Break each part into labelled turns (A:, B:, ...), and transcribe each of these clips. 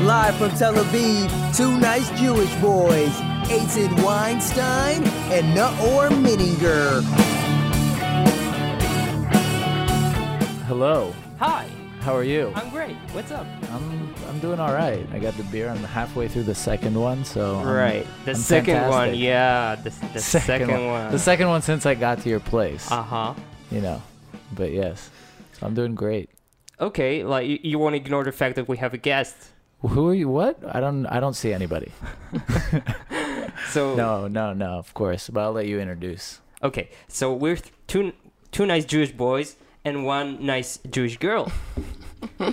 A: Live from Tel Aviv, two nice Jewish boys, Aitzen Weinstein and Naor Mininger.
B: Hello.
C: Hi,
B: How are you?
C: I'm great. What's up?
B: I'm I'm doing all right. I got the beer. I'm halfway through the second one, so I'm-
C: Right. The
B: I'm
C: second one,
B: fantastic.
C: yeah. The, the second, one.
B: The second one since I got to your place.
C: Uh huh.
B: you know, but yes, I'm doing great.
C: Okay, like you, you won't ignore the fact that we have a guest.
B: Who are you? What? I don't I don't see anybody.
C: So
B: No, no, no. Of course, but I'll let you introduce.
C: okay, so we're th- two two nice Jewish boys and one nice Jewish girl.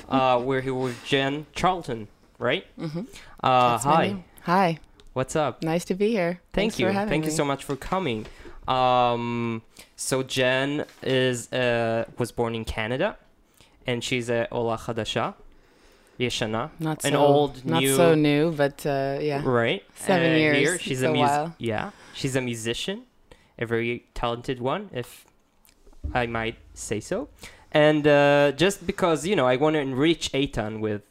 C: uh, we're here with Jen Charlton, right? Mm-hmm. Uh,
D: That's my
C: hi.
D: name. Hi.
C: What's up?
D: Nice to be here.
C: Thank
D: Thanks
C: you.
D: For having
C: Thank you so much for coming. Um, so Jen is uh, was born in Canada, and she's a Ola Hadasha, Yeshana,
D: Not so
C: an old,
D: not
C: new,
D: so new, but uh, yeah.
C: right?
D: Seven
C: And
D: years.
C: Here, she's
D: It's
C: a
D: a
C: mus-
D: while.
C: yeah, she's a musician, a very talented one, if I might say so. And uh, just because you know, I want to enrich Eitan with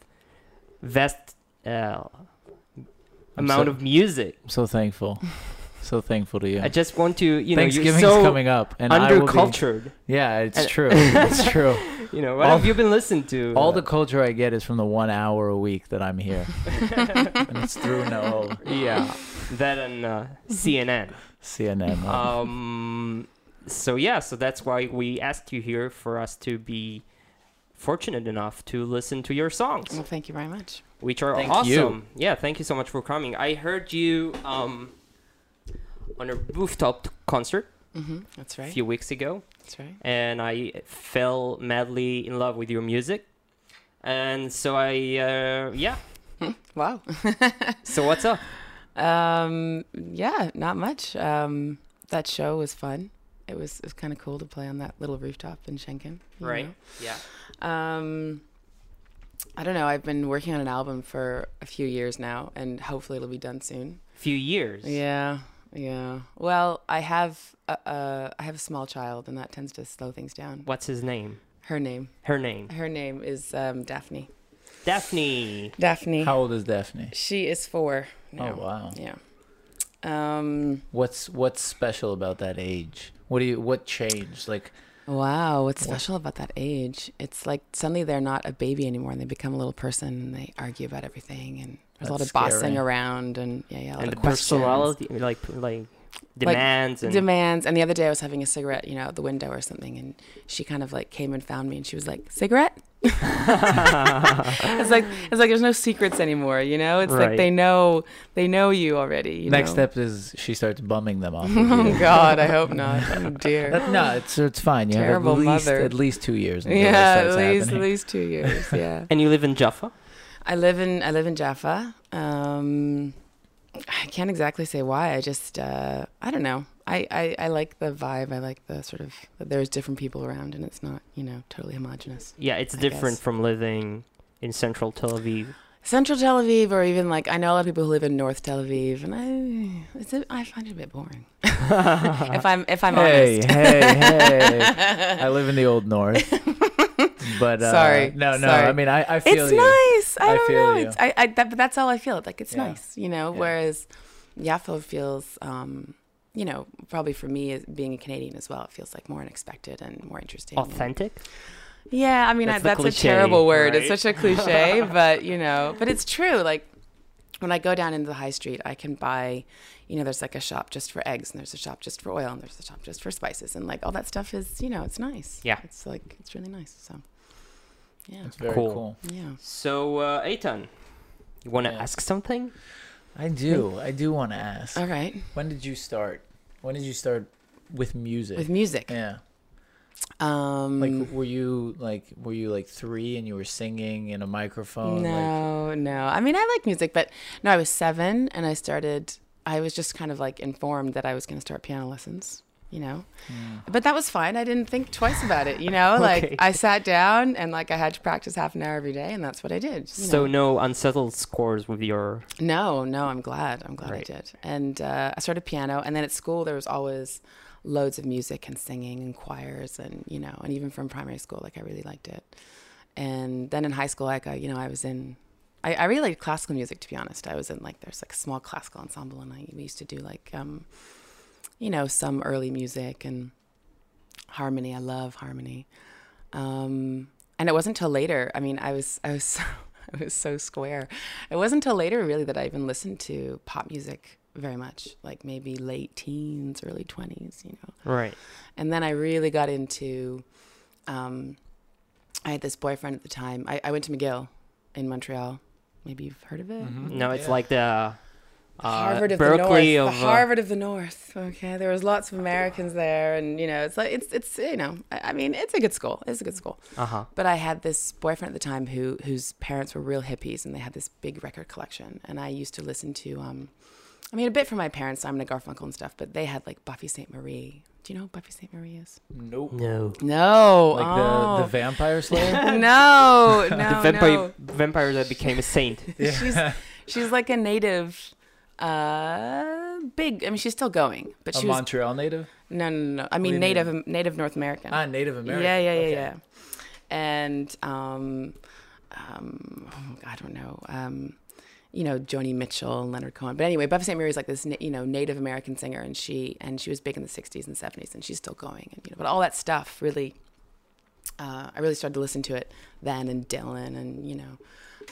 C: vast uh, amount
B: so-
C: of music.
B: I'm so thankful. so thankful to you.
C: I just want to, you know, you're
B: Thanksgiving's
C: so
B: coming up, and I will be-
C: undercultured.
B: yeah, it's
C: and-
B: true. It's true.
C: You know, what
B: All-
C: have you been listening to?
B: All
C: Uh,
B: the culture I get is from the one hour a week that I'm here, and it's through no
C: yeah, that and uh, CNN.
B: CNN. huh?
C: Um, so yeah, so that's why we asked you here for us to be fortunate enough to listen to your songs,
D: Well, thank you very much.
C: which are
B: Thank
C: awesome.
B: you.
C: Yeah, thank you so much for coming. I heard you um on a rooftop concert
D: hmm That's
C: a
D: right.
C: few weeks ago.
D: That's right.
C: and I fell madly in love with your music. And so I, uh, yeah.
D: Wow.
C: So what's up?
D: Um, yeah, not much. Um, that show was fun. It was it was kind of cool to play on that little rooftop in Schenken. you
C: Right?
D: know?
C: Yeah.
D: Um, I don't know. I've been working on an album for a few years now, and hopefully it'll be done soon.
C: Few years.
D: Yeah, yeah. Well, I have a, a I have a small child, and that tends to slow things down.
C: What's his name?
D: Her name,
C: Her name.
D: her name is um, Daphne.
C: Daphne.
D: Daphne.
B: How old is Daphne?
D: she is four. Now.
B: Oh wow.
D: Yeah. Um.
B: What's what's special about that age? What do you what changed? Like
D: Wow. What's special about that age? It's like suddenly they're not a baby anymore, and they become a little person, and they argue about everything, and there's a lot of
B: That's
D: bossing
B: scary.
D: around, and yeah, yeah, a lot
C: And
D: of
C: the
D: questions.
C: personality, like, like demands and
D: demands. And the other day I was having a cigarette, you know, at the window or something, and she kind of like came and found me, and she was like, "Cigarette." it's like it's like there's no secrets anymore, you know. It's
C: Right.
D: like they know they know you already. You
B: next
D: know?
B: step is she starts bumming them off. of
D: Oh
B: you.
D: God, I hope not. Oh dear.
B: That- no, it's it's fine. You
D: Terrible
B: have at least
D: mother.
B: at least two years. until that
D: Yeah,
B: starts
D: at least at
B: happening.
D: least two years. Yeah.
C: And you live in Jaffa?
D: I live in I live in Jaffa. Um, I can't exactly say why. I just uh, I don't know. I, I, I like the vibe. I like the sort of that there's different people around, and it's not you know totally homogenous.
C: Yeah, it's
D: I
C: different
D: guess.
C: from living in central Tel Aviv.
D: Central Tel Aviv, or even like I know a lot of people who live in North Tel Aviv, and I it's a, I find it a bit boring. if I'm if I'm
B: Hey,
D: honest,
B: hey, hey! I live in the old north, but uh,
D: Sorry,
B: no, no.
D: sorry.
B: I mean, I, I feel
D: it's
B: you.
D: nice. I,
B: I
D: don't
B: feel
D: know.
B: you.
D: It's I, I that, but that's all I feel. Like it's
B: Yeah.
D: nice, you know.
B: Yeah.
D: Whereas Yafo feels, um, you know, probably for me as being a Canadian as well, it feels like more unexpected and more interesting. and-
C: Authentic?
D: Yeah, I mean,
C: That's
D: that's,
C: the
D: that's
C: cliche,
D: a terrible word. It's
C: right?
D: such a cliche, but you know, but it's true. Like when I go down into the high street, I can buy, you know, there's like a shop just for eggs, and there's a shop just for oil, and there's a shop just for spices, and like all that stuff is, you know, it's nice.
C: Yeah.
D: it's like it's really nice. So, yeah,
B: It's very
C: Cool.
B: cool.
D: yeah.
C: So, uh, Eitan, you want to
B: Yeah.
C: ask something?
B: I do. I do want to ask.
D: All right,
B: When did you start? When did you start with music?
D: with music.
B: yeah.
D: Um,
B: Like, were you like, were you like three and you were singing in a microphone? Like,
D: no, no. I mean, I like music, but no, I was seven and I started. I was just kind of like informed that I was going to start piano lessons, you know. But that was fine. I didn't think twice about it, you know.
C: Okay.
D: Like I sat down and like I had to practice half an hour every day, and that's what I did. you
C: So, no unsettled scores with your.
D: no, no, I'm glad. I'm glad
C: Right.
D: I did. And uh, I started piano, and then at school there was always loads of music and singing and choirs, and you know, and even from primary school, like I really liked it. And then in high school, like I, you know, I was in, I, I really liked classical music to be honest. I was in like there's like a small classical ensemble and I we used to do like um you know, some early music and harmony. I love harmony. Um and it wasn't till later. I mean, I was I was so, I was so square. It wasn't till later really that I even listened to pop music very much, like maybe late teens, early 20s, you know.
C: Right.
D: And then I really got into. Um, I had this boyfriend at the time. I, I went to McGill in Montreal. Maybe you've heard of it.
C: No, it's like the uh,
D: Harvard of
C: Berkeley
D: the North.
C: of
D: the
C: uh,
D: Harvard of the North. Okay, there was lots of Americans there, and you know, it's like it's it's you know, I, I mean, it's a good school. It's a good school.
C: Uh-huh.
D: But I had this boyfriend at the time who whose parents were real hippies, and they had this big record collection, and I used to listen to. um I mean, a bit from my parents, Simon and Garfunkel and stuff, but they had like Buffy St. Marie. Do you know who Buffy St. Marie is?
B: Nope.
C: No.
D: No.
B: Like the, the vampire slayer.
D: no, no,
C: the vampire
D: Oh, no.
C: vampire that became a saint.
D: She's she's like a native, uh, big. I mean, she's still going, but
B: a
D: she was
B: Montreal native.
D: no, no, no. I
B: do
D: mean,
B: you
D: native, um, native North American.
B: Ah, Native American.
D: Yeah, yeah, yeah,
B: Okay.
D: yeah. And um, um, oh, I don't know. Um, you know, Joni Mitchell and Leonard Cohen. But anyway, Buffy St. Marie is like this, na- you know, Native American singer, and she and she was big in the '60s and '70s, and she's still going. And you know, but all that stuff really, uh, I really started to listen to it then, and Dylan, and you know,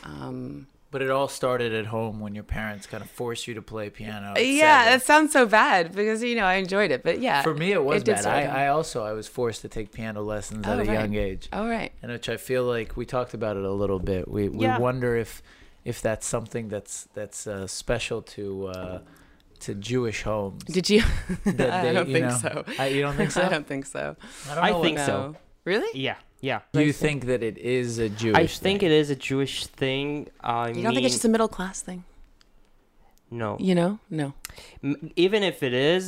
D: um,
B: But it all started at home when your parents kind of forced you to play piano. at
D: yeah,
B: seven.
D: that sounds so bad because you know I enjoyed it, but yeah,
B: for me it was
D: did
B: bad.
D: sort of-
B: I, I also I was forced to take piano lessons at
D: Oh,
B: a
D: right.
B: young age.
D: All right.
B: and which I feel like we talked about it a little bit. We we
C: Yeah.
B: wonder if if that's something that's that's uh, special to uh, to Jewish homes.
D: Did you?
B: that
D: I
B: they-
D: don't
B: you
D: think
B: know-
D: so.
B: I, you don't think so?
D: I don't think so.
B: don't
C: I
B: know what-
C: think so.
D: No. Really?
C: Yeah. Yeah.
B: You think that it is a Jewish?
C: I think
B: thing.
C: it is a Jewish thing. I
D: You don't think it's
C: mean-
D: just a middle class thing?
C: no.
D: You know? No.
C: M- even if it is,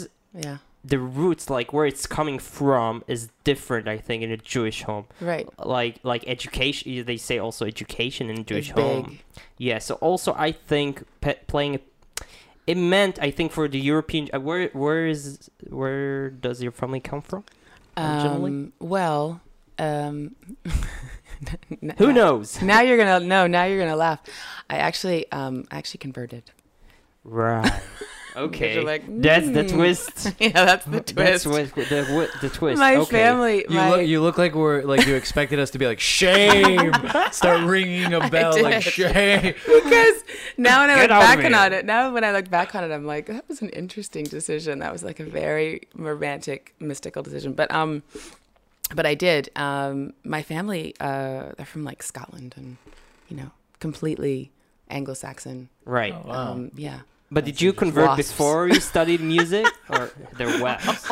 D: Yeah.
C: the roots, like where it's coming from, is different. I think in a Jewish home,
D: Right.
C: like like education, they say also education in Jewish
D: It's
C: home.
D: big.
C: Yeah. So also, I think pe- playing. It meant, I think, for the European. Uh, where where is where does your family come from? Originally?
D: Um, well, um, n-
C: Who
D: now-
C: knows?
D: Now you're gonna no. Now you're gonna laugh. I actually, um, I actually converted.
C: Right. Okay.
D: like,
C: That's the
D: "Hmm."
C: twist.
D: yeah, that's the twist.
C: That's what, the, wi- the twist.
D: My
C: okay.
D: family,
B: You,
D: my
B: look, you look like we're like you expected us to be like shame, start ringing a bell like
D: did.
B: shame.
D: because now when I
C: Get
D: look
C: out of
D: back
C: here.
D: on it, now when I look back on it, I'm like, that was an interesting decision. That was like a very romantic, mystical decision. But um, but I did. Um, my family, uh, they're from like Scotland and you know, completely Anglo-Saxon.
C: Right.
B: Wow.
D: Um, yeah.
C: But did you convert
D: Wasps.
C: before you studied music, or they're wasps?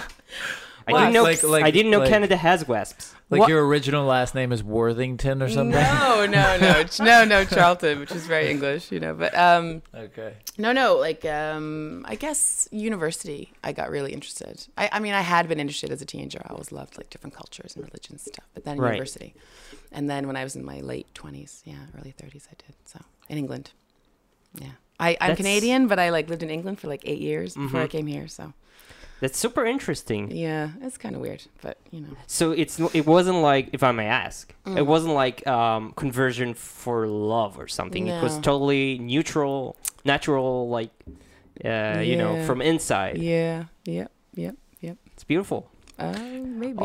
C: I didn't
B: Wasps.
C: know.
B: Like- like-
C: I didn't know
B: like-
C: Canada has wasps.
B: Like
D: What-
B: your original last name is Worthington or something.
D: No, no, no, Ch- no, no, Charlton, which is very English, you know. But um,
B: Okay.
D: No, no. Like, um, I guess university. I got really interested. I, I mean, I had been interested as a teenager. I always loved like different cultures and religions and stuff. But then
C: Right.
D: university, and then when I was in my late twenties, yeah, early thirties, I did. So in England, yeah. I, I'm
C: That's-
D: Canadian, but I like lived in England for like eight years
B: Mm-hmm.
D: before I
C: Mhm.
D: came here. So
C: That's super interesting.
D: yeah, it's kind of weird, but you know.
C: So it's n- it wasn't like if I may ask,
D: Mm.
C: it wasn't like um, conversion for love or something. It was
D: No.
C: totally neutral, natural, like uh, you know,
D: Yeah.
C: from inside.
D: Yeah. Yep. Yep. Yep.
C: It's beautiful.
D: Uh,
B: Oh.
D: maybe.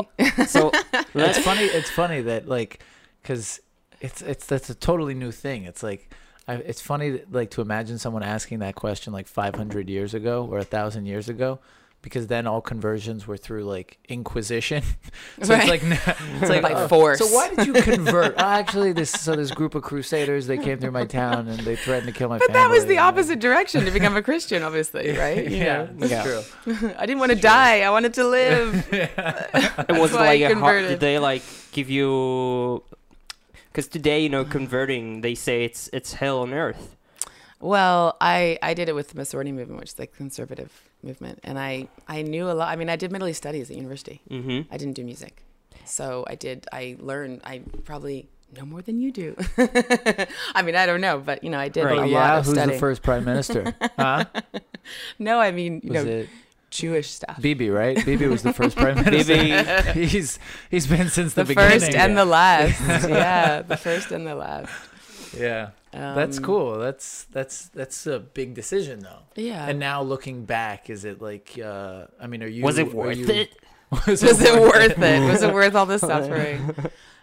C: So
B: it's
C: let's
B: funny. It's funny that like, cause it's it's that's a totally new thing. It's like, I, it's funny that, like to imagine someone asking that question like 500 years ago or a thousand years ago, because then all conversions were through like Inquisition. so it's
D: Right.
B: like it's like
D: By
B: oh,
D: force.
B: So why did you convert? oh, actually, this so this group of Crusaders they came through my town and they threatened to kill my
D: But
B: family.
D: that was the
B: and-
D: opposite direction to become a Christian, obviously, right? You
B: Yeah,
D: know?
B: that's
C: Yeah.
B: true.
D: I didn't want to die. I wanted to live.
C: it was
D: why I
C: like a hard, did
D: converted.
C: they like give you? Because today, you know, converting, they say it's it's hell on earth.
D: Well, I, I did it with the Masorti movement, which is like conservative movement, and I, I knew a lot. I mean, I did Middle East studies at university.
C: Mm-hmm.
D: I didn't do music, so I did. I learned. I probably know more than you do. I mean, I don't know, but you know, I did
C: Right.
B: Oh,
D: a lot
B: yeah,
D: of
B: who's
D: studying.
B: the first prime minister? Huh?
D: No, I mean, you
B: Was
D: know,
B: it
D: Jewish stuff.
B: Bibi? Right? Bibi was the first prime minister.
C: Bibi.
B: he's he's been since the,
D: The,
B: beginning.
D: first and the last. yeah, the first and the last.
B: Yeah.
D: Um,
B: That's cool. That's that's that's a big decision though.
D: Yeah.
B: And now looking back, is it like? Uh, I mean, are you?
C: Was
B: are
C: it worth
B: you-
C: it?
B: Was
D: was it worth it? Was it worth all the suffering?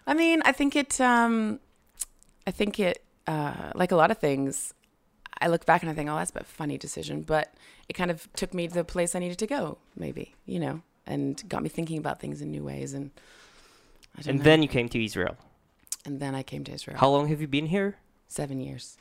D: I mean, I think it. Um, I think it. Uh, like a lot of things, I look back and I think, oh, that's a funny decision, but it kind of took me to the place I needed to go, maybe, you know, and got me thinking about things in new ways. And I don't
C: And
D: know.
C: then you came to Israel.
D: and then I came to Israel.
C: How long have you been here?
D: Seven years.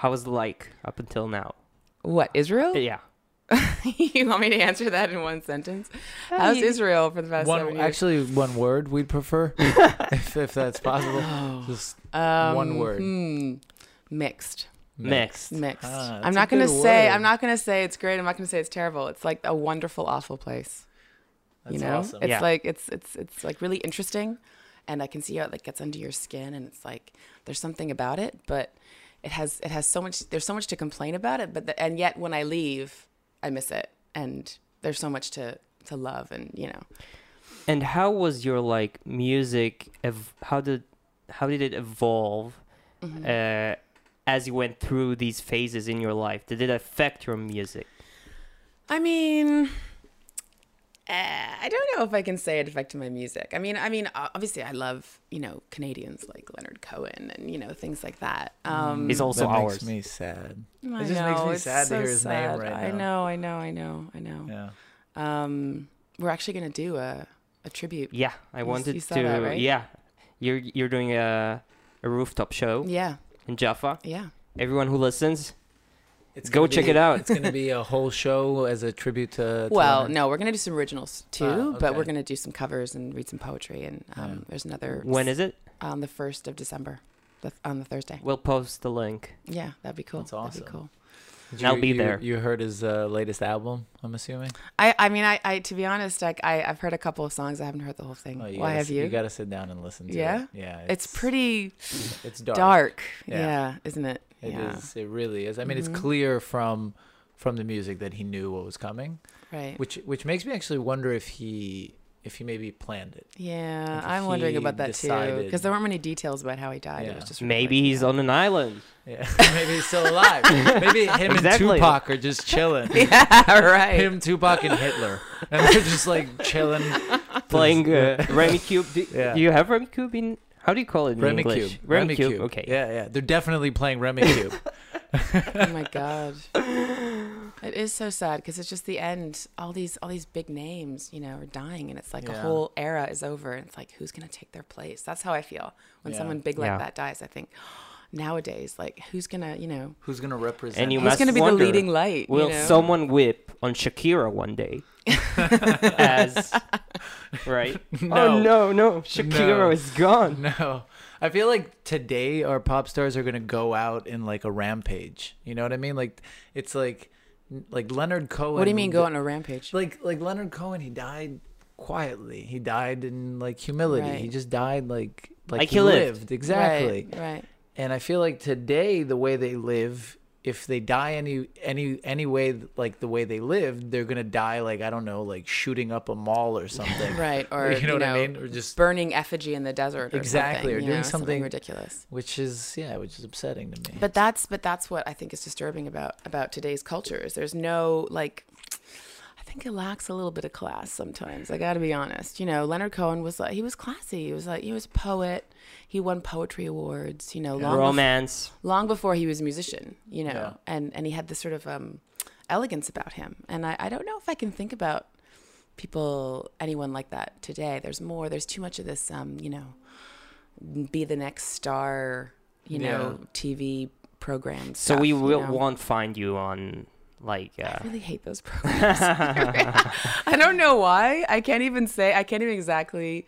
C: How was it like up until now?
D: What Israel?
C: Yeah.
D: you want me to answer that in one sentence? How's Israel for the past seven
B: One,
D: years?
B: actually, one word we'd prefer, if, if that's possible. Just
D: Um,
B: one word.
D: hmm, mixed.
C: Next.
D: Mixed.
B: Ah, that's
D: I'm
B: a
D: not gonna
B: good
D: say.
B: word.
D: I'm not gonna say it's great. I'm not gonna say it's terrible. It's like a wonderful, awful place.
B: That's
D: you know,
B: awesome.
D: it's
C: Yeah.
D: like it's it's it's like really interesting, and I can see how it like gets under your skin, and it's like there's something about it, but it has it has so much. There's so much to complain about it, but the, and yet when I leave, I miss it, and there's so much to to love, and you know,
C: And how was your like music? Ev- how did how did it evolve
D: Mm-hmm.
C: uh, as you went through these phases in your life? Did it affect your music?
D: I mean, eh, I don't know if I can say it affected my music. I mean, I mean, o- obviously, I love you know Canadians like Leonard Cohen and you know things like that. Um,
C: It's also
B: that
C: ours.
B: makes me sad.
D: I
B: Mm. it just makes
D: know,
B: me
D: it's
B: sad to
D: so
B: hear his
D: sad.
B: name right
D: I
B: now.
D: know, I know, I know, I know.
B: Yeah.
D: Um, we're actually gonna do a a tribute.
C: Yeah, I
D: You s-
C: wanted
D: you saw
C: to.
D: that, right?
C: Yeah, you're you're doing a a rooftop show
D: Yeah,
C: in Jaffa.
D: yeah.
C: Everyone who listens,
B: It's
C: Go
B: gonna
C: check
B: be-
C: it out.
B: It's going to be a whole show as a tribute to. to
D: Well,
B: Leonard.
D: no, we're gonna do some originals too,
B: Ah,
D: but
B: okay.
D: we're gonna do some covers and read some poetry. And um,
B: Yeah.
D: there's another
C: when is it?
D: on the first of December, the, on the Thursday.
C: We'll post the link.
D: Yeah, that'd be cool.
B: That's
D: That'd
B: awesome.
D: be cool.
B: Did you-
C: I'll be
B: you-
C: there.
B: You heard his uh, latest album, I'm assuming.
D: I, I mean, I, I, to be honest, like I, I've heard a couple of songs. I haven't heard the whole thing.
B: Oh,
D: Why
B: gotta
D: have
B: s-
D: you?
B: You got to sit down and listen to
D: Yeah?
B: it. Yeah.
D: it's, pretty
B: It's
D: dark. Yeah.
B: Yeah.
D: isn't it?
B: It is.
D: yeah. Mm-hmm.
B: It really is. I mean, it's clear from from the music that he knew what was coming,
D: Right.
B: which which makes me actually wonder if he if he maybe planned it.
D: yeah,
B: like,
D: I'm wondering
B: he
D: about that too, because
B: decided-
D: there weren't many details about how he died. It
B: Yeah.
D: was just sort of
C: Maybe
D: like-
C: he's on an island.
B: Yeah. maybe he's still alive. maybe him
C: Exactly.
B: and Tupac are just chilling.
D: yeah, right.
B: Him, Tupac, and Hitler, and they're just like chilling.
C: playing uh, Remy Cube. Do,
B: Yeah.
C: do you have Remy Cube in? How do you call it in
B: Remy
C: English?
B: Cube.
C: Remy, Cube. Okay.
B: Yeah, yeah. They're definitely playing Remy Cube.
D: oh my god, it is so sad because it's just the end. All these, all these big names, you know, are dying, and it's like a
B: Yeah.
D: whole era is over. And it's like, who's gonna take their place? That's how I feel when
B: Yeah.
D: someone big like
C: Yeah.
D: that dies. I think nowadays, like, who's gonna, you know,
B: Who's gonna represent?
C: And you
B: us?
D: Who's
C: must
D: going to be
C: wonder,
D: the leading light?
C: Will
D: you know?
C: someone whip on Shakira one day? As right?
B: No.
C: Oh no, no, Shakira
B: No.
C: is gone.
B: No. I feel like today our pop stars are going to go out in like a rampage. You know what I mean? Like it's like like Leonard Cohen.
D: What do you mean go on a rampage?
B: Like like Leonard Cohen, he died quietly. He died in like humility.
D: Right.
B: He just died like like,
C: Like
B: he,
C: he lived.
B: lived. Exactly.
D: Right. right.
B: And I feel like today the way they live if they die any any any way like the way they lived, they're gonna die like I don't know, like shooting up a mall or something.
D: Right, or
B: you know what I mean? Or
D: just
B: just-
D: burning effigy in the desert, or
B: Exactly,
D: something,
B: or
D: you
B: doing
D: know,
B: something-
D: ridiculous.
B: Which is yeah, which is upsetting to me.
D: But that's but that's what I think is disturbing about about today's culture is there's no like, I think it lacks a little bit of class sometimes. I got to be honest. You know, Leonard Cohen was like he was classy. He was like he was a poet. He won poetry awards. You know, long before-
C: Romance.
D: long before he was a musician, you know,
B: Yeah.
D: and, and he had this sort of um, elegance about him. And I, I don't know if I can think about people, anyone like that today. There's more, there's too much of this, um, you know, be the next star, you know, TV program.
C: So
D: stuff,
C: we
D: you
C: will
D: know?
C: won't find you on like uh,
D: I really hate those programs. I don't know why. I can't even say. I can't even exactly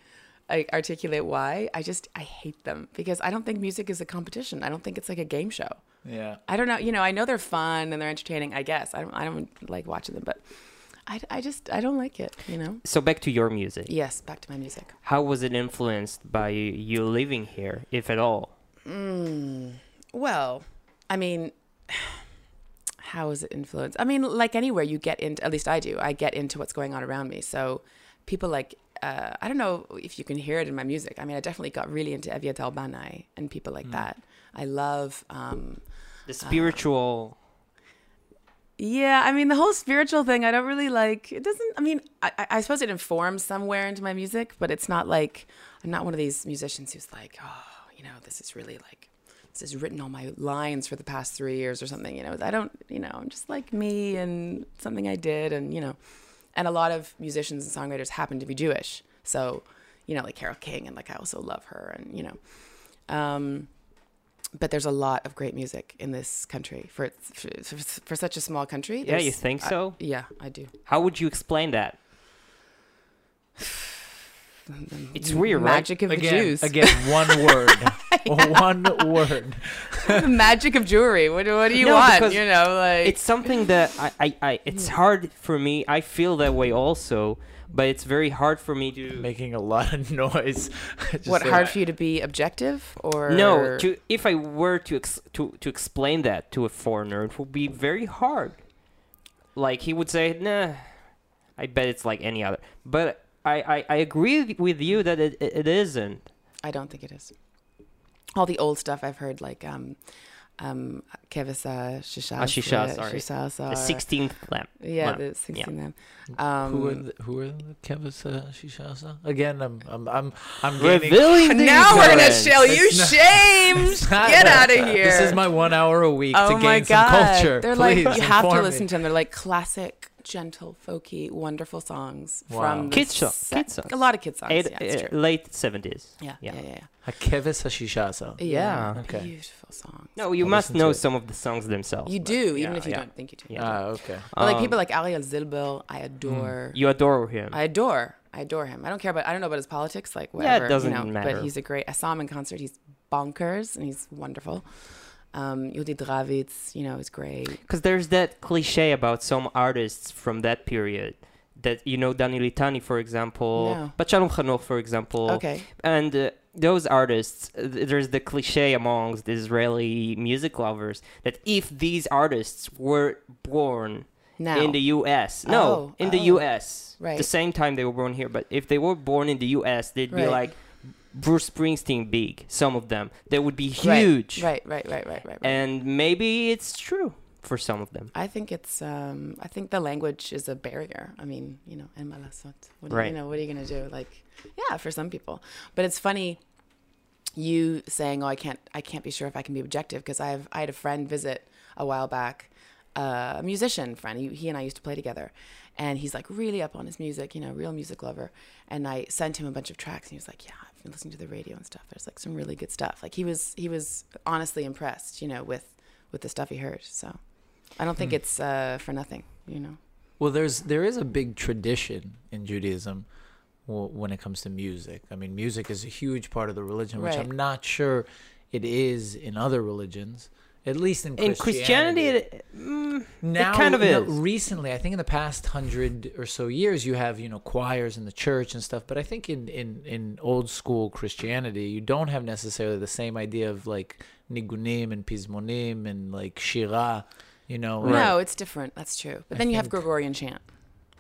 D: like, articulate why. I just I hate them because I don't think music is a competition. I don't think it's like a game show.
B: yeah.
D: I don't know. You know, I know they're fun and they're entertaining. I guess I don't. I don't like watching them, but I, I just I don't like it. You know.
C: so back to your music.
D: Yes, back to my music.
C: How was it influenced by you living here, if at all?
D: Well, I mean, how is it influenced? I mean, like anywhere you get into, at least I do. I get into what's going on around me. So people like uh, I don't know if you can hear it in my music. I mean, I definitely got really into Evia Talbanai and people like that. I love. Um,
C: The spiritual.
D: yeah, I mean the whole spiritual thing. I don't really like. It doesn't. I mean, I, I- I suppose it informs somewhere into my music, but it's not like I'm not one of these musicians who's like, oh, you know, this is really like this is written on my lines for the past three years or something. You know, I don't. You know, I'm just like me and something I did, and you know, and a lot of musicians and songwriters happen to be Jewish. So, you know, like Carol King, and like I also love her, and you know, um, but there's a lot of great music in this country for its- for, for, for such a small country.
C: yeah, you
D: there's-
C: think
D: I-
C: so?
D: yeah, I do.
C: How would you explain that? It's weird, right?
D: Magic of the
B: Again,
D: Jews.
B: again, one word, one word.
D: the magic of jewelry. What, do- what do you
C: No,
D: want?
C: because
D: You know, like
C: it's something that I, I, I it's
D: Hmm.
C: hard for me i feel that way also but it's very hard for me to
B: Making a lot of noise. Just
D: what
B: like-
D: hard for you to be objective or
C: no to if i were to ex, to to explain that to a foreigner it would be very hard like he would say nah i bet it's like any other but i i, I agree with you that it, it, it isn't
D: I don't think it is. All the old stuff I've heard, like um, um, Kevisa Shishasa,
C: Ah, Shisha, sorry.
D: Shishasa,
C: the 16th lamp
D: Uh, yeah,
C: lamp.
D: the sixteen them.
B: Who are
D: Um,
B: the, who are the Kevas uh, Shishasa? Again, I'm I'm I'm I'm gaining-
C: revealing the
D: now we're gonna
C: ignorance.
D: shell you
B: It's not-
D: shamed.
B: not
D: Get
B: like
D: out of
B: that.
D: here.
B: This is my one hour a week
D: oh
B: to
D: my
B: gain some
D: god!
B: culture.
D: They're
B: Please,
D: like you have to
B: inform
D: listen
B: me.
D: to them. They're like classic, gentle, folky, wonderful songs
B: Wow.
D: from the
C: Kids song-
D: se-
C: kids songs.
D: A lot of kids songs.
C: Eight-
D: yeah, it's
C: uh,
D: true.
C: late 70s
D: Yeah, yeah,
C: yeah.
D: yeah, yeah.
B: A Kevas Shishasa.
D: Yeah.
B: Okay.
D: Beautiful songs.
C: no you
B: I'll
C: must
B: listen to
C: know
B: it.
C: some of the songs themselves
D: you
C: but
D: do,
C: yeah,
D: even if you
C: yeah.
D: don't think you do.
C: Yeah.
B: Ah, okay.
D: But like
C: Um,
D: people like Ariel Zilbil, I adore.
B: mm,
C: You adore him.
D: I adore. I adore him. I don't care about. I don't know about his politics. Like whatever.
C: doesn't
D: you know,
C: matter.
D: But he's a great. I saw him in concert. He's bonkers and he's wonderful. Um, Yudi Dravitz, you know, is great.
C: Because there's that cliche about some artists from that period that, you know, Dani Litani, for example,
D: No.
C: but Shalom Chanukh, for example.
D: Okay.
C: And uh, those artists, uh, th- there's the cliche amongst Israeli music lovers that if these artists were born
D: Now.
C: in the U.S., no,
D: Oh,
C: in the
D: oh.
C: U.S., the
D: Right.
C: same time they were born here, but if they were born in the U.S., they'd be
D: Right.
C: like Bruce Springsteen big, some of them. They would be
D: Right,
C: huge.
D: Right. Right. Right. Right. Right. right.
C: and maybe it's true for some of them.
D: I think it's. Um, I think the language is a barrier. I mean, you know, en malasot. What do you-
C: Right.
D: You know, what are you gonna do? Like, yeah, for some people. But it's funny, you saying, "Oh, I can't. I can't be sure if I can be objective," because I have. I had a friend visit a while back, uh, a musician friend. He, he and I used to play together, and he's like really up on his music. You know, real music lover. And I sent him a bunch of tracks, and he was like, "Yeah." I've been listening to the radio and stuff. There's like some really good stuff. Like he was, he was honestly impressed, you know, with with the stuff he heard. So I don't think
B: Hmm.
D: it's uh, for nothing, you know.
B: Well, there's there is a big tradition in Judaism w- when it comes to music. I mean, music is a huge part of the religion, which
D: Right.
B: I'm not sure it is in other religions. At least in
C: In Christianity, it, mm, it kind of
B: no,
C: is.
B: recently i think in the past hundred or so years you have you know choirs in the church and stuff but i think in in in old school christianity you don't have necessarily the same idea of like nigunim and pismonim and like shira you know
D: No, it's different. That's true. But then you have Gregorian chant,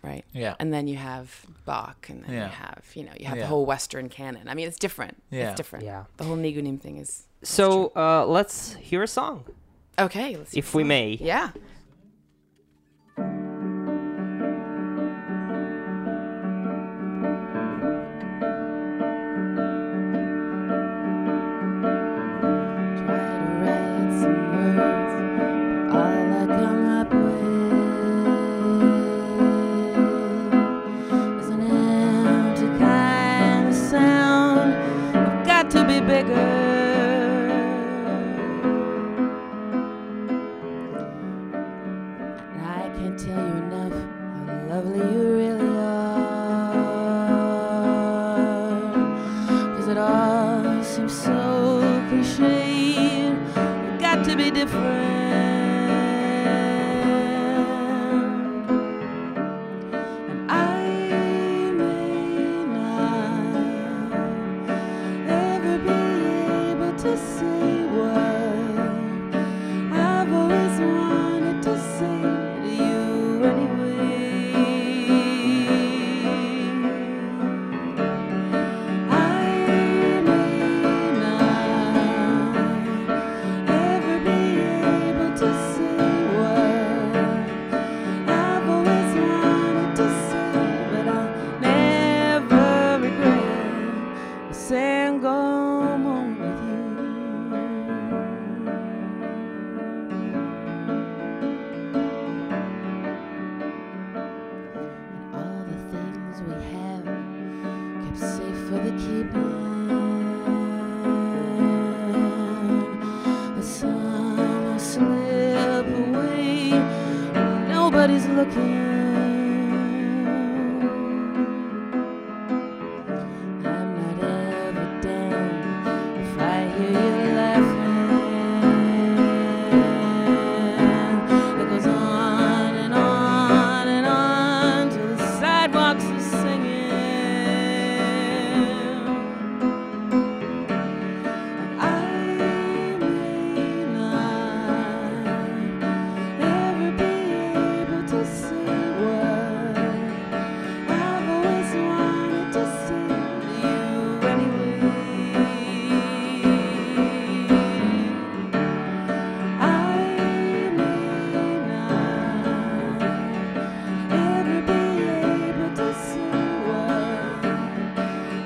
D: right?
B: Yeah.
D: And then you have Bach, and then
B: Yeah.
D: you have, you know, you have
B: Yeah.
D: the whole Western canon. I mean, it's different.
B: Yeah.
D: It's different.
C: Yeah.
D: The whole Nigunim thing is
C: So uh, let's hear a song,
D: okay. Let's
C: if we may.
D: yeah.
E: it all seems so cliche. We've got to be different. And I may not ever be able to say what I've always wanted to say to you anyway. broken. I'm not ever done if I hear you laughing. It goes on and on and on till the sidewalks are singing. I may not ever be able to see what I've always wanted to see to you anyway. I may not ever be able to see what.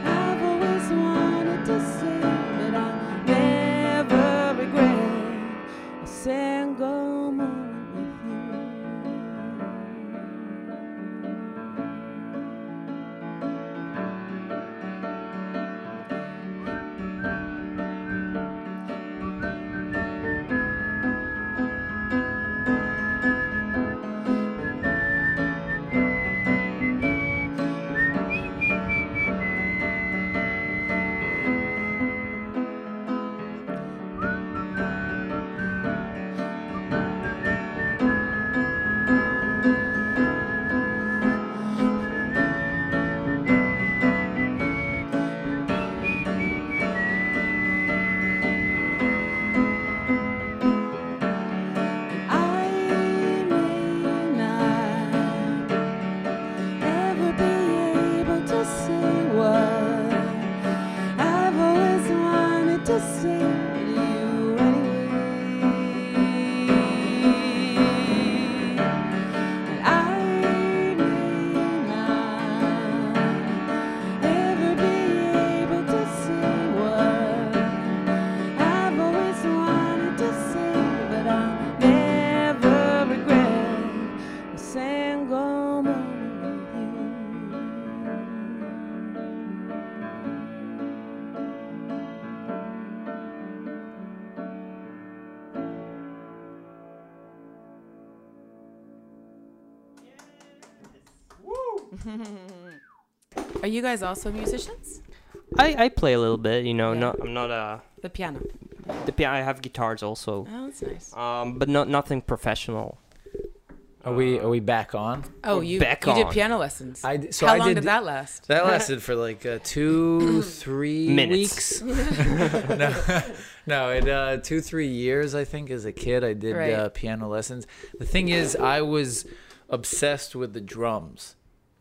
E: I've always wanted to say that I never regret a single moment with you. I may not ever be able to say what I've always wanted to say to you anyway. And I may not ever be able to say what I've always wanted to say that I never regret a single moment with you.
D: Are you guys also musicians?
C: I, I play a little bit, you know.
D: Yeah.
C: Not I'm not a
D: The piano.
C: the pi- I have guitars also,
D: Oh, that's nice.
C: um, but not nothing professional.
B: Are we are we back on?
D: Oh,
C: We're
D: you
C: back
D: you did
C: on.
D: piano lessons.
B: I d- so
D: How
B: I
D: long
B: did
D: did that last?
B: That lasted for like uh, two, three weeks.
C: Minutes.
B: no, no, it uh, two, three years. I think as a kid, I did
D: Right.
B: uh, piano lessons. The thing is, I was obsessed with the drums.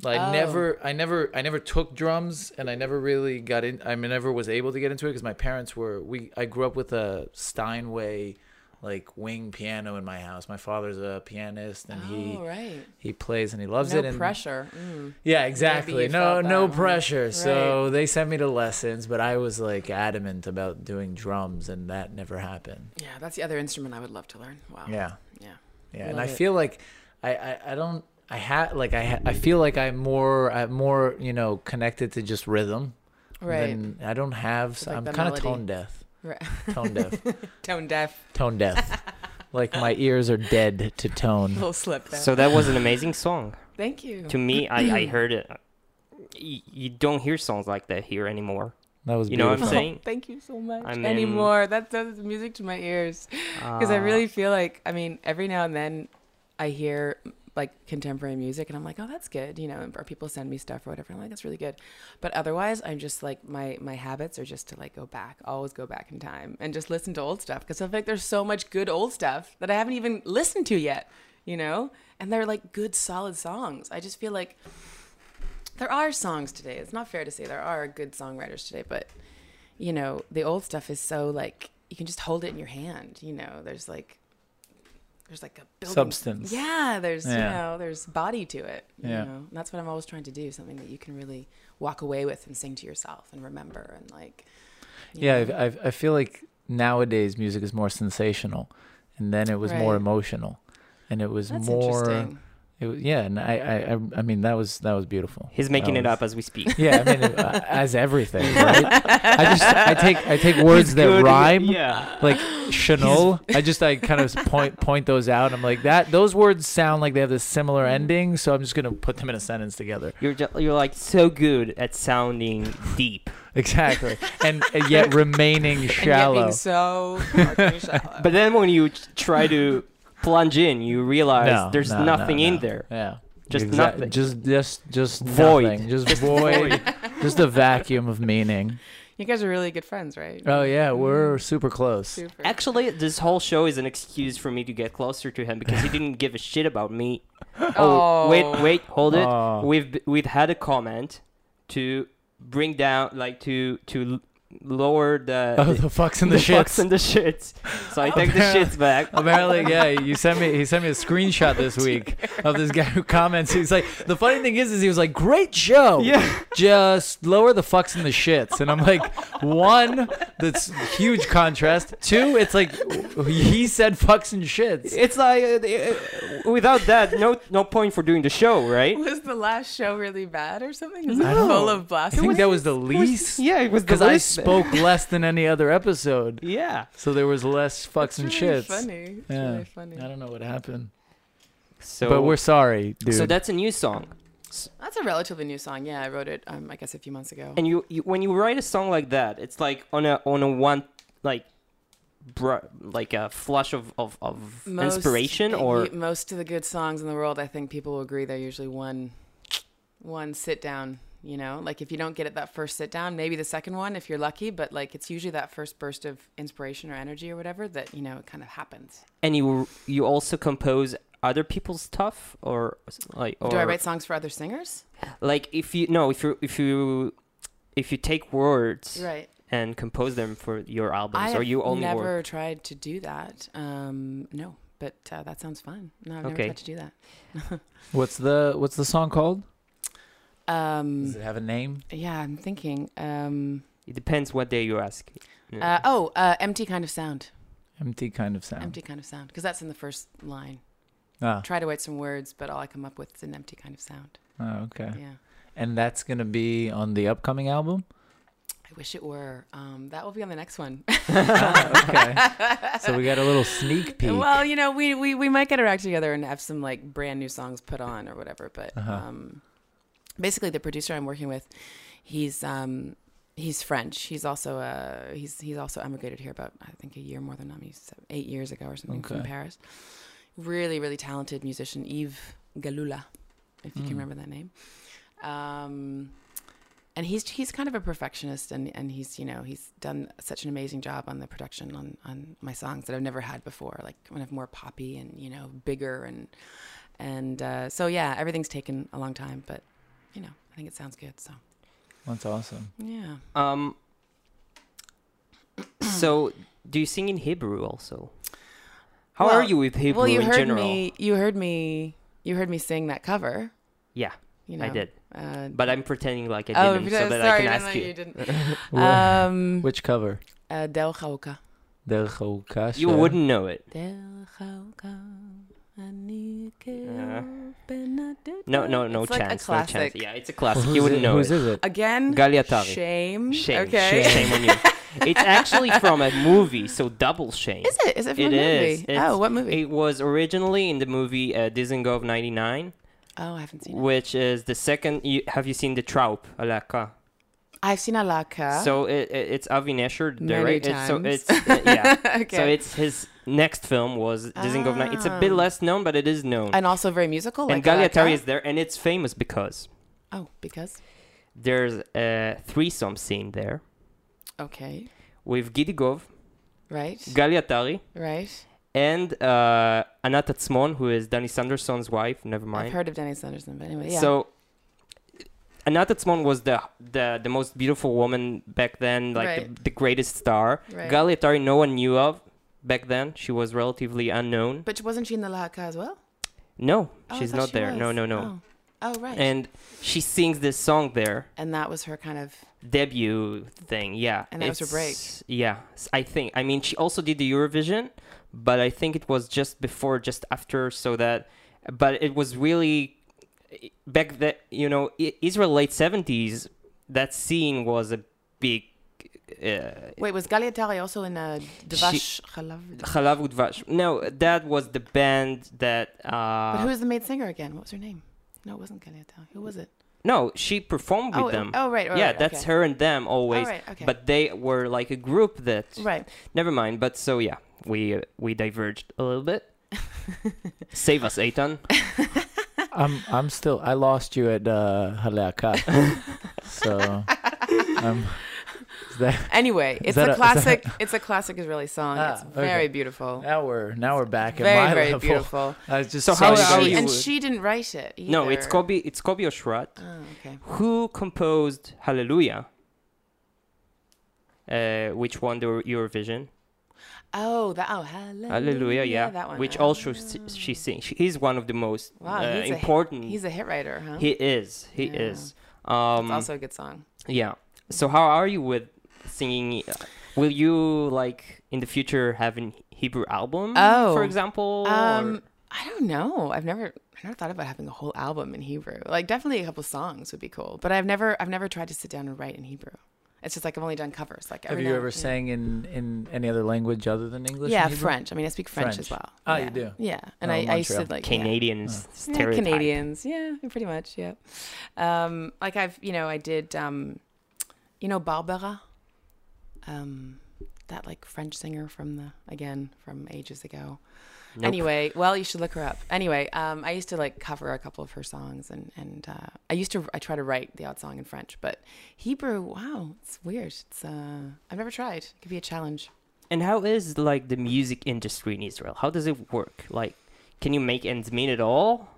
B: Like
D: Oh.
B: never, I never, I never took drums, and I never really got in. I mean, never was able to get into it because my parents were. We I grew up with a Steinway, like wing piano in my house. My father's a pianist, and he
D: oh, right.
B: he plays and he loves
D: No
B: it. And
D: pressure. Mm.
B: yeah, exactly.
D: you
B: No,
D: felt that
B: no
D: one.
B: pressure. So
D: Right.
B: they sent me to lessons, but I was like adamant about doing drums, and that never happened.
D: Yeah, that's the other instrument I would love to learn. Wow.
B: Yeah,
D: Yeah.
B: yeah. and I
D: Love it.
B: feel like I, I, I don't, I had like I, ha- I feel like I'm more, I'm more, you know, connected to just rhythm.
D: Right.
B: than- I don't have.
D: like
B: I'm
D: the
B: kind of
D: melody.
B: tone deaf.
D: right.
B: Tone deaf.
D: Tone deaf.
B: tone deaf. Like my ears are dead to tone.
D: Little slip there.
C: So that was an amazing song
D: Thank you.
C: to me. I, I heard it. You, you don't hear songs like that here anymore.
B: That was
C: You know what I'm
B: beautiful.
C: saying?
D: Thank you so much.
C: I mean-
D: Anymore. That does music to my ears. Because I
C: Uh,
D: really feel like, I mean, every now and then I hear like contemporary music and I'm like, oh, that's good. You know, or people send me stuff or whatever. I'm like, that's really good. But otherwise, I'm just like, my, my habits are just to like go back, always go back in time and just listen to old stuff. Because I feel like there's so much good old stuff that I haven't even listened to yet, you know? And they're like good, solid songs. I just feel like there are songs today. It's not fair to say there are good songwriters today, but you know, the old stuff is so like you can just hold it in your hand. You know, there's like there's like a building.
B: Substance.
D: Yeah, there's
B: Yeah.
D: you know, there's body to it. You
B: Yeah.
D: know? And that's what I'm always trying to do, something that you can really walk away with and sing to yourself and remember and like you
B: Yeah,
D: know.
B: I've, I've, I feel like nowadays music is more sensational, and then it was more
D: Right.
B: emotional, and it was
D: that's
B: more
D: interesting.
B: It was, yeah, and I, I, I, I mean, that was that was beautiful.
C: He's making
B: That
C: it
B: was-
C: up as we speak.
B: Yeah, I mean, uh, as everything, right? I just I take I take words that
C: Good.
B: rhyme,
C: Yeah.
B: like Chanel. I just I kind of point point those out. I'm like that. Those words sound like they have this similar
D: Mm.
B: ending, so I'm just gonna put them in a sentence together.
C: You're ju- you're like so good at sounding deep.
B: Exactly, and yet remaining
D: And yet
B: shallow.
D: being so fucking shallow.
C: But then when you t- try to plunge in, you realize
B: No,
C: there's
B: no, no,
C: nothing in
B: no.
C: there.
B: Yeah.
C: Just
B: Exac-
C: nothing.
B: Just just just
C: Void.
B: nothing. Just, void. just a vacuum of meaning.
D: you guys are really good friends, right?
B: Oh yeah, we're super close.
D: Super.
C: Actually, this whole show is an excuse for me to get closer to him because he didn't give a shit about me. Oh, wait, wait, hold it.
B: Oh.
C: We've b- we've had a comment to bring down, like to to l- lower the
B: Oh, the fucks and the, shits.
C: fucks and the shits. Oh, So I take the shits back.
B: Apparently, yeah, you sent me. He sent me a screenshot this week of this guy who comments. He's like, the funny thing is, is he was like, great show.
C: Yeah.
B: Just lower the fucks and the shits, and I'm like, one, that's huge contrast. Two, it's like he said fucks and shits.
C: It's like uh, uh, without that, no no point for doing the show, right?
D: Was the last show really bad or something? Was it
B: I don't
D: full
B: know.
D: of
B: I
D: blasphemy?
B: think that was the least.
C: Yeah, it was the
B: Because I
C: least bit.
B: spoke less than any other episode,
C: Yeah.
B: so there was less fucks
D: It's
B: and
D: really
B: shits.
D: Funny. It's
B: Yeah.
D: really funny.
B: I don't know what happened,
C: So
B: but we're sorry, dude.
C: so that's a new song.
D: That's a relatively new song. Yeah, I wrote it. Um, I guess a few months ago.
C: And you, you when you write a song like that, it's like on a on a one like br- like a flush of of, of inspiration or
D: y- most of the good songs in the world, I think people will agree they're usually one, one sit down. You know, like if you don't get it that first sit down, maybe the second one if you're lucky. But like it's usually that first burst of inspiration or energy or whatever that you know it kind of happens.
C: and you you also compose other people's stuff or like or
D: Do I write songs for other singers?
C: like if you no if you if you if you take words
D: Right.
C: and compose them for your albums
D: I
C: or
D: have
C: you only
D: never
C: work
D: tried to do that. Um, no, but uh, that sounds fun. No, I've never
C: Okay.
D: tried to do that.
B: what's the what's the song called?
D: Um,
B: Does it have a name?
D: yeah, I'm thinking. Um,
C: it depends what day you ask Yeah.
D: uh, oh, uh, empty kind of sound.
B: Empty kind of sound.
D: Empty kind of sound, because that's in the first line.
B: Ah,
D: Try to write some words, but all I come up with is an empty kind of sound.
B: oh, okay.
D: Yeah,
B: And that's gonna be on the upcoming album.
D: I wish it were. Um, that will be on the next one.
B: Ah, okay. So we got a little sneak peek.
D: well, you know, we, we we might get our act together and have some like brand new songs put on or whatever. But
B: Uh-huh.
D: um, basically, the producer I'm working with, he's um, he's French. He's also uh, he's he's also emigrated here about I think a year more than I'm used to, eight years ago or something from
B: Okay.
D: Paris. Really, really talented musician Yves Galula, if you
B: Mm.
D: can remember that name. Um, and he's he's kind of a perfectionist and and he's you know he's done such an amazing job on the production on on my songs that I've never had before like kind of more poppy and you know bigger and and uh, so yeah everything's taken a long time but you know I think it sounds good so
B: That's awesome.
D: yeah
C: um so do you sing in hebrew also how are
D: Well-
C: you with hebrew
D: well you
C: in
D: heard
C: general
D: me you heard me you heard me sing that cover
C: yeah
D: you know
C: i did
D: uh,
C: but i'm pretending like i
D: oh
C: didn't so
D: sorry
C: that i can
D: no,
C: ask
D: no,
C: you
D: you didn't
B: Wh-
D: um
B: Which cover?
D: uh, Del Chauka
B: Del Chokasha.
C: you wouldn't know it
D: Del Chauka ani
C: Uh,
D: Benedetta.
C: no no no
D: It's
C: chance
D: like a
C: no chance
D: classic.
C: yeah it's a
B: Well,
C: classic
B: who's
C: you wouldn't
B: it-
C: know
B: Whose
C: it.
B: is it?
D: Again,
C: Galiatari.
D: shame.
C: shame
D: Okay.
C: shame, shame on you it's actually from a movie so double shame
D: Is it? Is it from
C: It
D: a
C: is.
D: movie?
C: It's-
D: Oh, what movie?
C: It was originally in the movie uh, Dizengoff 99,
D: oh, I haven't seen it.
C: which is the second. You, have you seen the Traup, Alaka?
D: I've seen Alaka.
C: So it, it, it's Avi Nesher, the
D: Many
C: right? It's, so
D: times.
C: it's uh, yeah.
D: okay.
C: So it's his next film was Dizengoff 9. It's a bit
D: Ah.
C: less known, but it is known.
D: and also very musical.
C: and
D: Like
C: Galiatari
D: Alaka?
C: is there, and it's famous because
D: Oh, because
C: there's a threesome scene there
D: okay,
C: with Gidigov,
D: right,
C: Galiatari,
D: right.
C: and uh, Anat Atzmon, who is Danny Sanderson's wife. Never mind.
D: I've heard of Danny Sanderson, but anyway, yeah.
C: So Anat Atzmon was the the the most beautiful woman back then, like the,
D: Right.
C: the greatest star.
D: Right.
C: Galiatari no one knew of back then. She was relatively unknown.
D: but wasn't she in the Alaka as well?
C: No,
D: Oh, I
C: she's
D: thought
C: not
D: she
C: there. No,
D: was.
C: no, no.
D: Oh. Oh, right.
C: And she sings this song there,
D: and that was her kind of
C: debut thing. Yeah.
D: And that was her break.
C: It's- Yeah, s- I think. I mean, she also did the Eurovision, but I think it was just before, just after, so that but it was really eh, back that you know I- Israel late seventies. That scene was a big. Uh,
D: Wait, was Galiatari also in a Devash Chalav?
C: Chalav Udvash. No, that was the band that. Uh,
D: But who was the maid singer again? What was her name? No, it wasn't Galiatari. Who was it?
C: No, she performed with
D: Oh,
C: them.
D: oh, right, right,
C: yeah,
D: right,
C: that's
D: okay.
C: her and them always.
D: right, okay.
C: But they were like a group that.
D: Right.
C: Never mind. But so yeah, we uh, we diverged a little bit. Save us, Eitan.
B: I'm I'm still I lost you at uh Halaka. so um is that,
D: Anyway, it's
B: that
D: a,
B: a- is that a-
D: classic. It's a classic Israeli song.
B: Ah,
D: it's
B: okay.
D: very beautiful.
B: now we're now we're back at
D: Very,
B: my
D: very
B: level.
D: beautiful.
B: I was just
C: So
B: saying
C: how-
B: about
C: how
D: she,
C: you
B: you.
D: and
C: would-
D: she didn't write it. Either.
C: No, it's Kobi. It's Kobi Oshrat.
D: Oh, okay.
C: Who composed Hallelujah? Uh, which won the Eurovision?
D: Oh, that. Oh, hallelujah.
C: Hallelujah, yeah.
D: That one.
C: Which
D: Oh.
C: also s- she sings. She is one of the most
D: Wow,
C: uh,
D: he's a hit-
C: important.
D: He's a hit writer, huh?
C: he is. He
D: Yeah.
C: is. Um,
D: it's also a good song.
C: Yeah. So how are you with singing? uh, Will you like in the future have an Hebrew album, for
D: Oh.
C: example? or-
D: Um, I don't know. I've never, I never thought about having a whole album in Hebrew. Like, definitely a couple songs would be cool. But I've never, I've never tried to sit down and write in Hebrew. It's just like I've only done covers. Like,
B: Have
D: every
B: you
D: now-
B: ever
D: yeah.
B: sang in in any other language other than English?
D: Yeah,
B: and Hebrew?
D: French. I mean, I speak French, as
B: French.
D: well.
B: Ah,
D: yeah.
B: you do?
D: Yeah, and
B: Oh,
D: I, I used to
B: Montreal.
D: like yeah.
C: Canadian
D: Yeah,
C: stereotype.
D: Canadians, yeah, pretty much, yeah. Um, like I've, you know, I did, um, you know, Barbara, um, that like French singer from the again from ages ago.
C: Nope.
D: Anyway, well, you should look her up. Anyway, um, I used to like cover a couple of her songs, and and uh, I used to I try to write the odd song in French, but Hebrew, wow, it's weird. It's uh, I've never tried. It could be a challenge.
C: And how is like the music industry in Israel? How does it work? Like, can you make ends meet at all?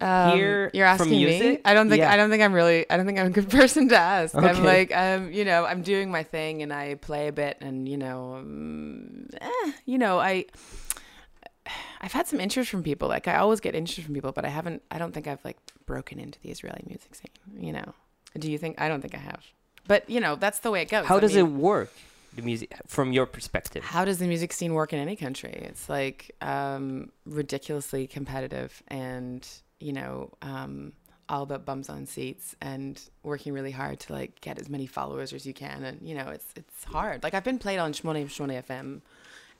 D: Um,
C: Here
D: you're
C: from
D: asking me.
C: music?
D: I don't think
C: Yeah.
D: I don't think I'm really I don't think I'm a good person to ask.
C: Okay.
D: I'm like um you know I'm doing my thing and I play a bit and you know um, eh, you know I I've had some interest from people like I always get interest from people but I haven't I don't think I've like broken into the Israeli music scene you know do you think I don't think I have but you know that's the way it goes
C: How
D: I
C: does
D: mean-
C: it work? The music from your perspective.
D: how does the music scene work in any country? It's like um, ridiculously competitive and, you know, um, all about bums on seats and working really hard to like get as many followers as you can. And, you know, it's it's hard. Like I've been played on Shmone Shmone FM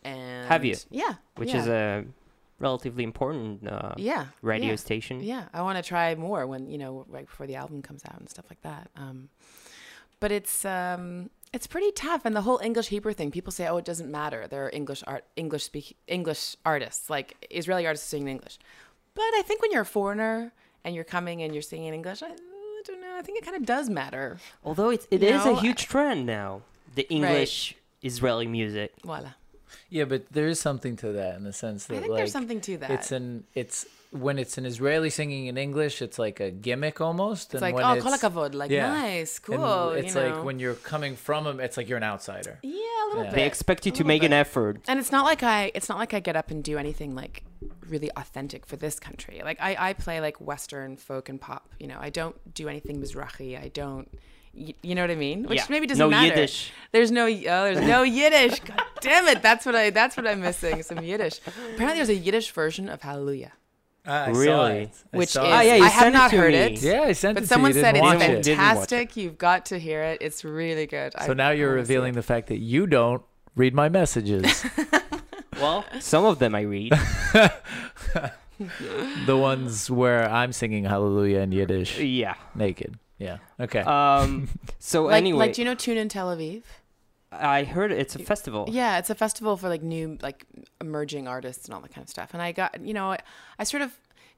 D: and
C: Have you?
D: Yeah.
C: Which
D: yeah.
C: is a relatively important uh,
D: yeah,
C: radio
D: yeah.
C: station.
B: Mm-hmm.
D: Yeah, I want to try more when you know right before the album comes out and stuff like that. Um, but it's um, it's pretty tough, and the whole English Hebrew thing. People say, "Oh, it doesn't matter. There are English art, English speak, English artists, like Israeli artists singing in English." But I think when you're a foreigner and you're coming and you're singing in English, I, I don't know. I think it kind of does matter.
C: Although it's, it
D: You
C: is
D: know,
C: a huge trend now, the English Israeli music.
D: Voila.
B: Yeah, but there is something to that in the sense that
D: I think
B: like
D: there's something to that.
B: it's an it's when it's an Israeli singing in English, it's like a gimmick almost. and
D: It's like,
B: when
D: oh, kol hakavod, like, nice,
B: And
D: cool,
B: It's
D: you
B: like
D: know.
B: when you're coming from them, it's like you're an outsider.
D: yeah, a little
B: Yeah.
D: bit.
C: They expect you
D: a
C: to
D: little
C: make an
D: bit.
C: effort.
D: and it's not like i it's not like i get up and do anything like really authentic for this country like i i play like western folk and pop you know i don't do anything mizrahi i don't you, you know what i mean which
C: Yeah.
D: maybe doesn't
C: No
D: matter
C: Yiddish.
D: there's no oh there's no yiddish god damn it that's what i that's what i'm missing some yiddish apparently there's a yiddish version of hallelujah
B: Ah, I saw
C: Really?
B: it. I
D: which is
B: saw
C: Ah,
B: it.
C: yeah, you
D: i have
C: sent it
D: not
C: to
D: heard
C: me.
D: it
B: yeah, I sent it
D: but
B: to
D: someone
B: you. You
D: said
B: didn't
D: it's
B: watch
C: Didn't watch
D: fantastic. You've got to hear it. It's really good.
B: It. So now you're revealing the fact that you don't read my messages,
C: Well, some of them I read.
B: the ones where I'm singing Hallelujah in Yiddish
C: yeah.
B: naked. Yeah. Okay.
D: Uh,
C: Um. So
D: like,
C: anyway,
D: like do you know Tune in Tel Aviv?
C: I heard it's a festival.
D: Yeah, it's a festival for like new, like emerging artists and all that kind of stuff. And I got, you know, I, I sort of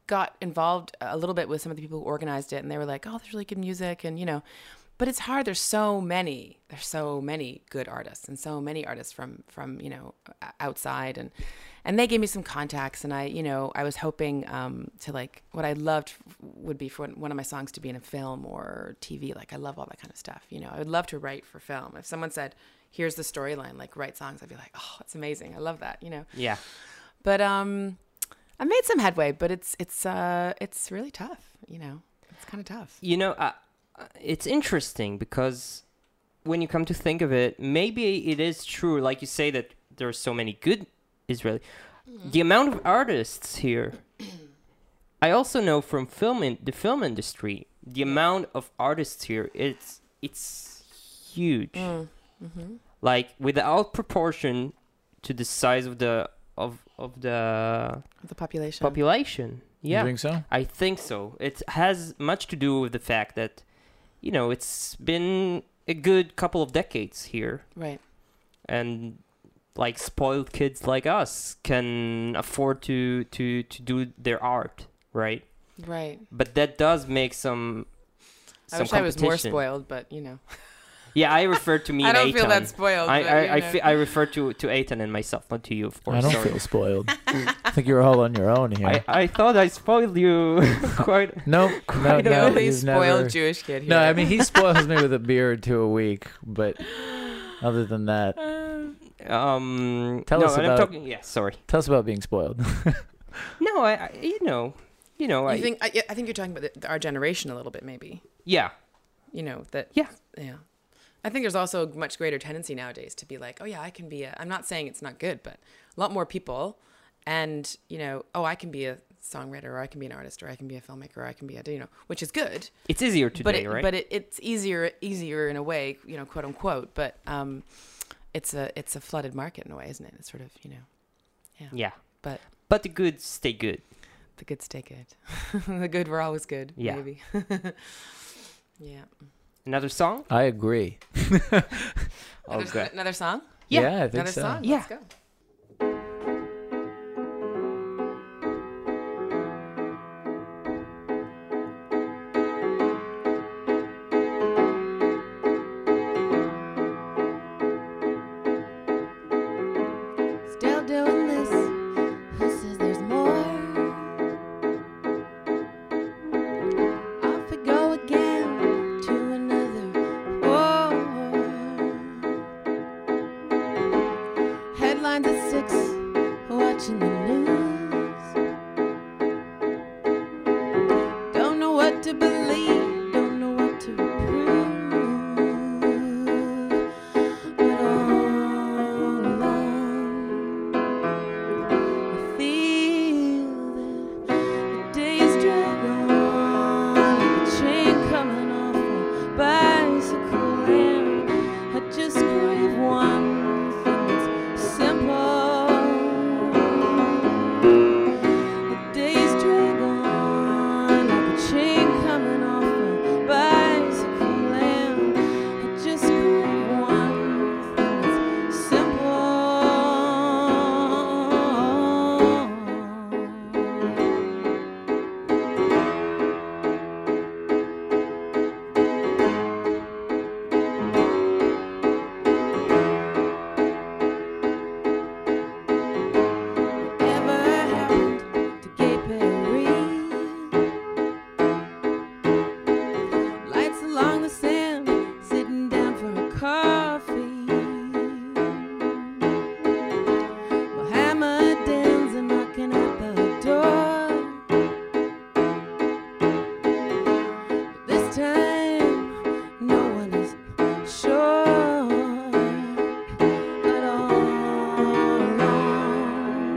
D: got involved a little bit with some of the people who organized it, and they were like, "Oh, there's really good music," and you know, but it's hard. There's so many. There's so many good artists, and so many artists from from you know o- outside, and and they gave me some contacts, and I, you know, I was hoping um, to like what I loved would be for one of my songs to be in a film or TV. Like I love all that kind of stuff. You know, I would love to write for film. If someone said here's the storyline like write songs i'd be like oh it's amazing i love that you know
C: Yeah.
D: but um i made some headway but it's it's uh it's really tough you know it's kind of tough
C: You know, uh, uh, it's interesting because when you come to think of it, maybe it is true. Like you say that there are so many good Israeli. The amount of artists here I also know from film in, the film industry, the amount of artists here it's it's huge.
D: Mm.
C: Mm-hmm. Like without proportion to the size of the of of the
D: the population.
C: population. Yeah.
B: You think so?
C: I think so. It has much to do with the fact that, you know, it's been a good couple of decades here,
D: right.
C: and like spoiled kids like us can afford to to to do their art, right?
D: Right.
C: But that does make some.
D: I
C: some
D: wish I was more
C: competition.
D: spoiled, but you know,
C: Yeah, I refer to me.
D: I
C: and
D: don't feel
C: Eitan.
D: that spoiled.
C: I
D: but, you
C: I, I,
D: know.
C: fe- I refer to to Aitan and myself, not to you, of course.
B: I don't
C: Sorry.
B: feel spoiled. I think you're all on your own here.
C: I, I thought I spoiled you quite.
B: no, no,
C: Quite
B: no,
D: no, he's
B: you've
D: spoiled
B: never-
D: Jewish kid here.
B: No, I mean he spoils me with a beer or two a week, but other than that,
D: Uh,
C: Um,
B: Tell
C: no,
B: us
C: and
B: about-
C: I'm talking. Yeah, sorry.
B: tell us about being spoiled.
C: No, I, I you know, you know, I
D: you think I, yeah, I think you're talking about the, our generation a little bit, maybe.
C: yeah,
D: You know that.
C: Yeah.
D: Yeah. I think there's also a much greater tendency nowadays to be like, oh yeah, I can be a. I'm not saying it's not good, but a lot more people, and you know, oh, I can be a songwriter, or I can be an artist, or I can be a filmmaker, or I can be a, you know, which is good.
C: it's easier today,
D: but it,
C: right?
D: but it, it's easier easier in a way, you know, quote unquote. But um, it's a it's a flooded market in a way, isn't it? It's sort of you know
C: yeah,
D: but-
C: but the good stay good.
D: the good stay good, the good were always good.
C: Yeah.
D: Maybe. yeah.
C: Another song?
B: I agree.
D: Another, another song.
C: Yeah,
B: I think
D: Another
B: so.
D: song.
C: Yeah.
D: Let's go.
E: Still doing this. Who says there's more? Off we go again to another war. Headlines at six, watching the news. Don't know what to believe, don't know what to approve. Just one thing that's Simple. Whatever happened to Gay Paris? Lights along the sand, sitting down for a coffee. Mohammed dance and knocking at the door. But this time, no one is sure at all along.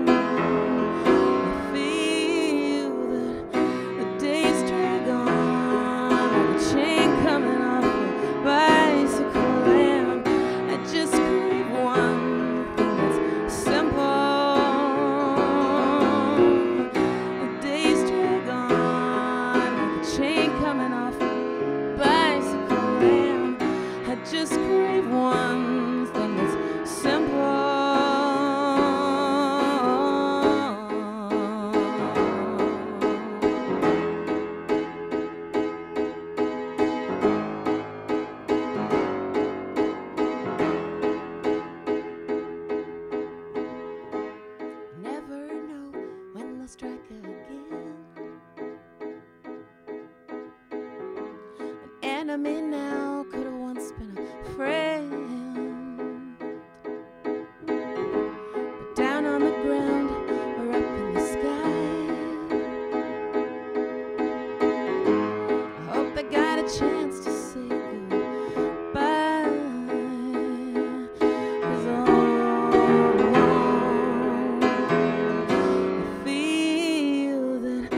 E: I feel that the days drag on, like a chain coming off a bicycle, and I just crave one thing that's simple. The days drag on, like a chain coming off a bicycle, and I just crave one thing that's Simple. Never know when they'll strike again. An enemy now could have once been a friend. But down on the ground or up in the sky. I hope I got a chance to say goodbye. 'Cause all along I feel that the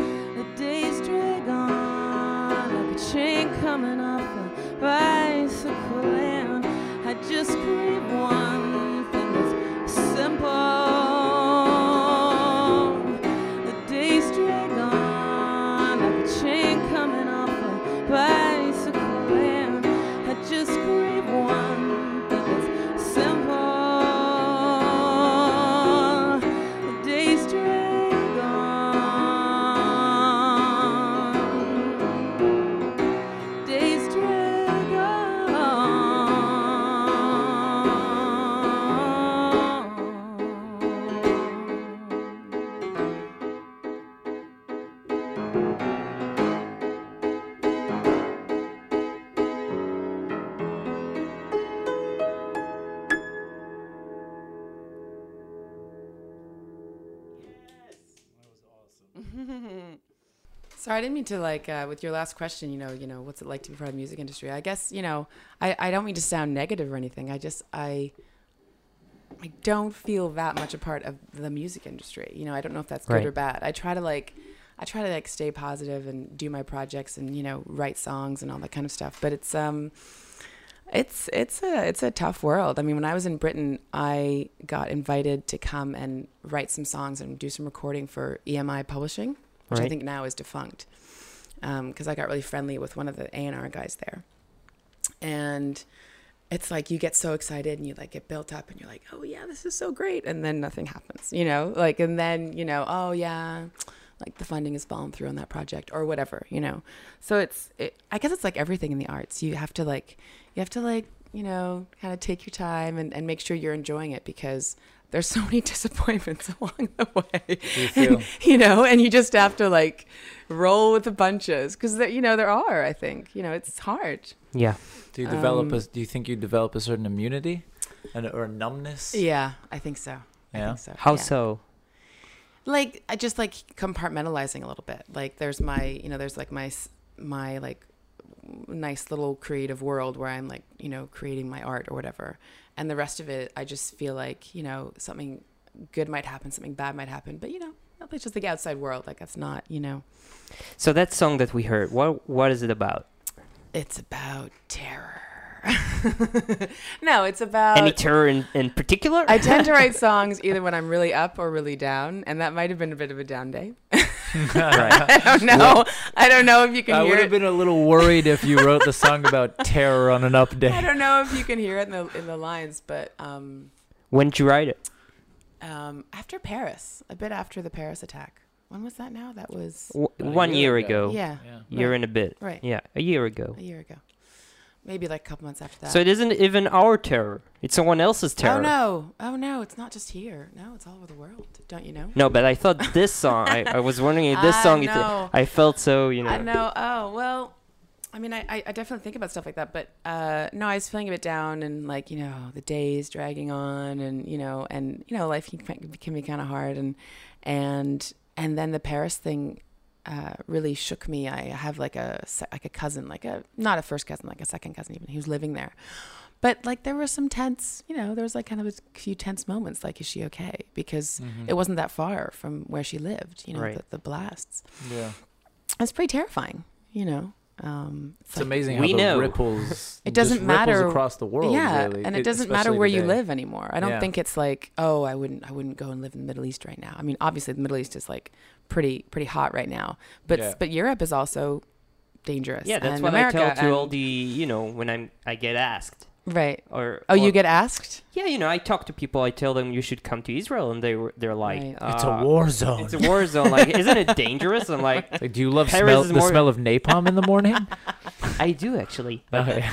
D: Sorry, I didn't mean to like uh, with your last question. You know, you know, what's it like to be part of the music industry? I guess you know, I, I don't mean to sound negative or anything. I just I I don't feel that much a part of the music industry. You know, I don't know if that's good
C: Right.
D: or bad. I try to like I try to like stay positive and do my projects and you know write songs and all that kind of stuff. But it's um it's it's a it's a tough world. I mean, when I was in Britain, I got invited to come and write some songs and do some recording for EMI Publishing, which
C: Right.
D: I think now is defunct, because I got really friendly with one of the A and R guys there, and it's like you get so excited and you like get built up and you're like, oh yeah, this is so great, and then nothing happens, you know, like and then you know, oh yeah, like the funding has fallen through on that project or whatever, you know. So it's it, I guess it's like everything in the arts. You have to like you have to like you know kind of take your time and, and make sure you're enjoying it because there's so many disappointments along the way
B: Me too.
D: and, you know and you just have to like roll with the punches because you know there are i think you know it's hard
C: Yeah.
B: Do you develop
D: Um,
B: a? Do you think you develop a certain immunity, and or numbness?
D: yeah i think so i
B: Yeah?
D: think so
C: How
D: yeah.
C: so?
D: like i just like compartmentalizing a little bit like there's my you know there's like my s- my like nice little creative world where i'm like you know creating my art or whatever and the rest of it i just feel like you know something good might happen something bad might happen but you know that's just the outside world like that's not you know
C: So that song that we heard, what what is it about?
D: it's about terror no it's about
C: Any terror in, in particular?
D: Uh, I tend to write songs either when I'm really up or really down, and that might have been a bit of a down day.
C: right.
D: I don't know. I don't know if you can
B: I
D: hear
B: would
D: it.
B: have been a little worried if you wrote the song about terror on an up
D: I
B: day.
D: don't know if you can hear it in the in the lines, but um,
C: When did you write it?
D: um, after Paris, a bit after the Paris attack. When was that? Now that was
C: W-
B: About a
C: one
B: year
C: year,
B: ago.
C: ago.
D: yeah,
B: Yeah.
C: Year and a bit.
D: Right.
C: Yeah, a year ago.
D: a year ago, maybe like a couple months after that.
C: So it isn't even our terror. It's someone else's terror.
D: oh no, oh no, it's not just here. No, it's all over the world. Don't you know?
C: No, but I thought this song. I, I was wondering if this
D: I
C: song. it-
D: know.
C: I felt so you know.
D: I know. Oh well, I mean, I, I I definitely think about stuff like that, but uh, no, I was feeling a bit down and like you know the days dragging on, and you know, and you know life can can be kind of hard, and and and then the Paris thing. Uh, really shook me. I have like a se- like a cousin, like a not a first cousin, like a second cousin even. He was living there, but like there were some tense, you know, there was like kind of a few tense moments. Like, is she okay? Because
B: Mm-hmm.
D: it wasn't that far from where she lived. You know,
C: Mm. Right.
D: the, the blasts
B: Yeah.
D: it's pretty terrifying, you know. Um,
B: It's amazing
C: We
B: how the
C: know.
B: ripples.
D: It doesn't
B: just ripples
D: matter-
B: across the world.
D: yeah,
B: really.
D: and it, doesn't matter
B: especially
D: where you
B: today.
D: live anymore. I don't
B: Yeah.
D: think it's like, oh, I wouldn't, I wouldn't go and live in the Middle East right now. I mean, obviously the Middle East is like pretty, pretty hot right now, but
B: Yeah.
D: but Europe is also dangerous.
C: Yeah, that's
D: and
C: what I
D: America
C: tell to all
D: and-
C: the you know when I'm I get asked
D: right.
C: or
D: Oh, you
C: or-
D: get asked?
C: yeah you know I talk to people I tell them you should come to Israel and they were- they're like
D: Right.
B: It's a
C: uh,
B: war zone.
C: it's a war zone like isn't it dangerous I'm like
B: Like, do you love
C: Paris
B: smell,
C: is
B: the
C: more-
B: smell of napalm in the morning?
C: I do actually but
B: Okay.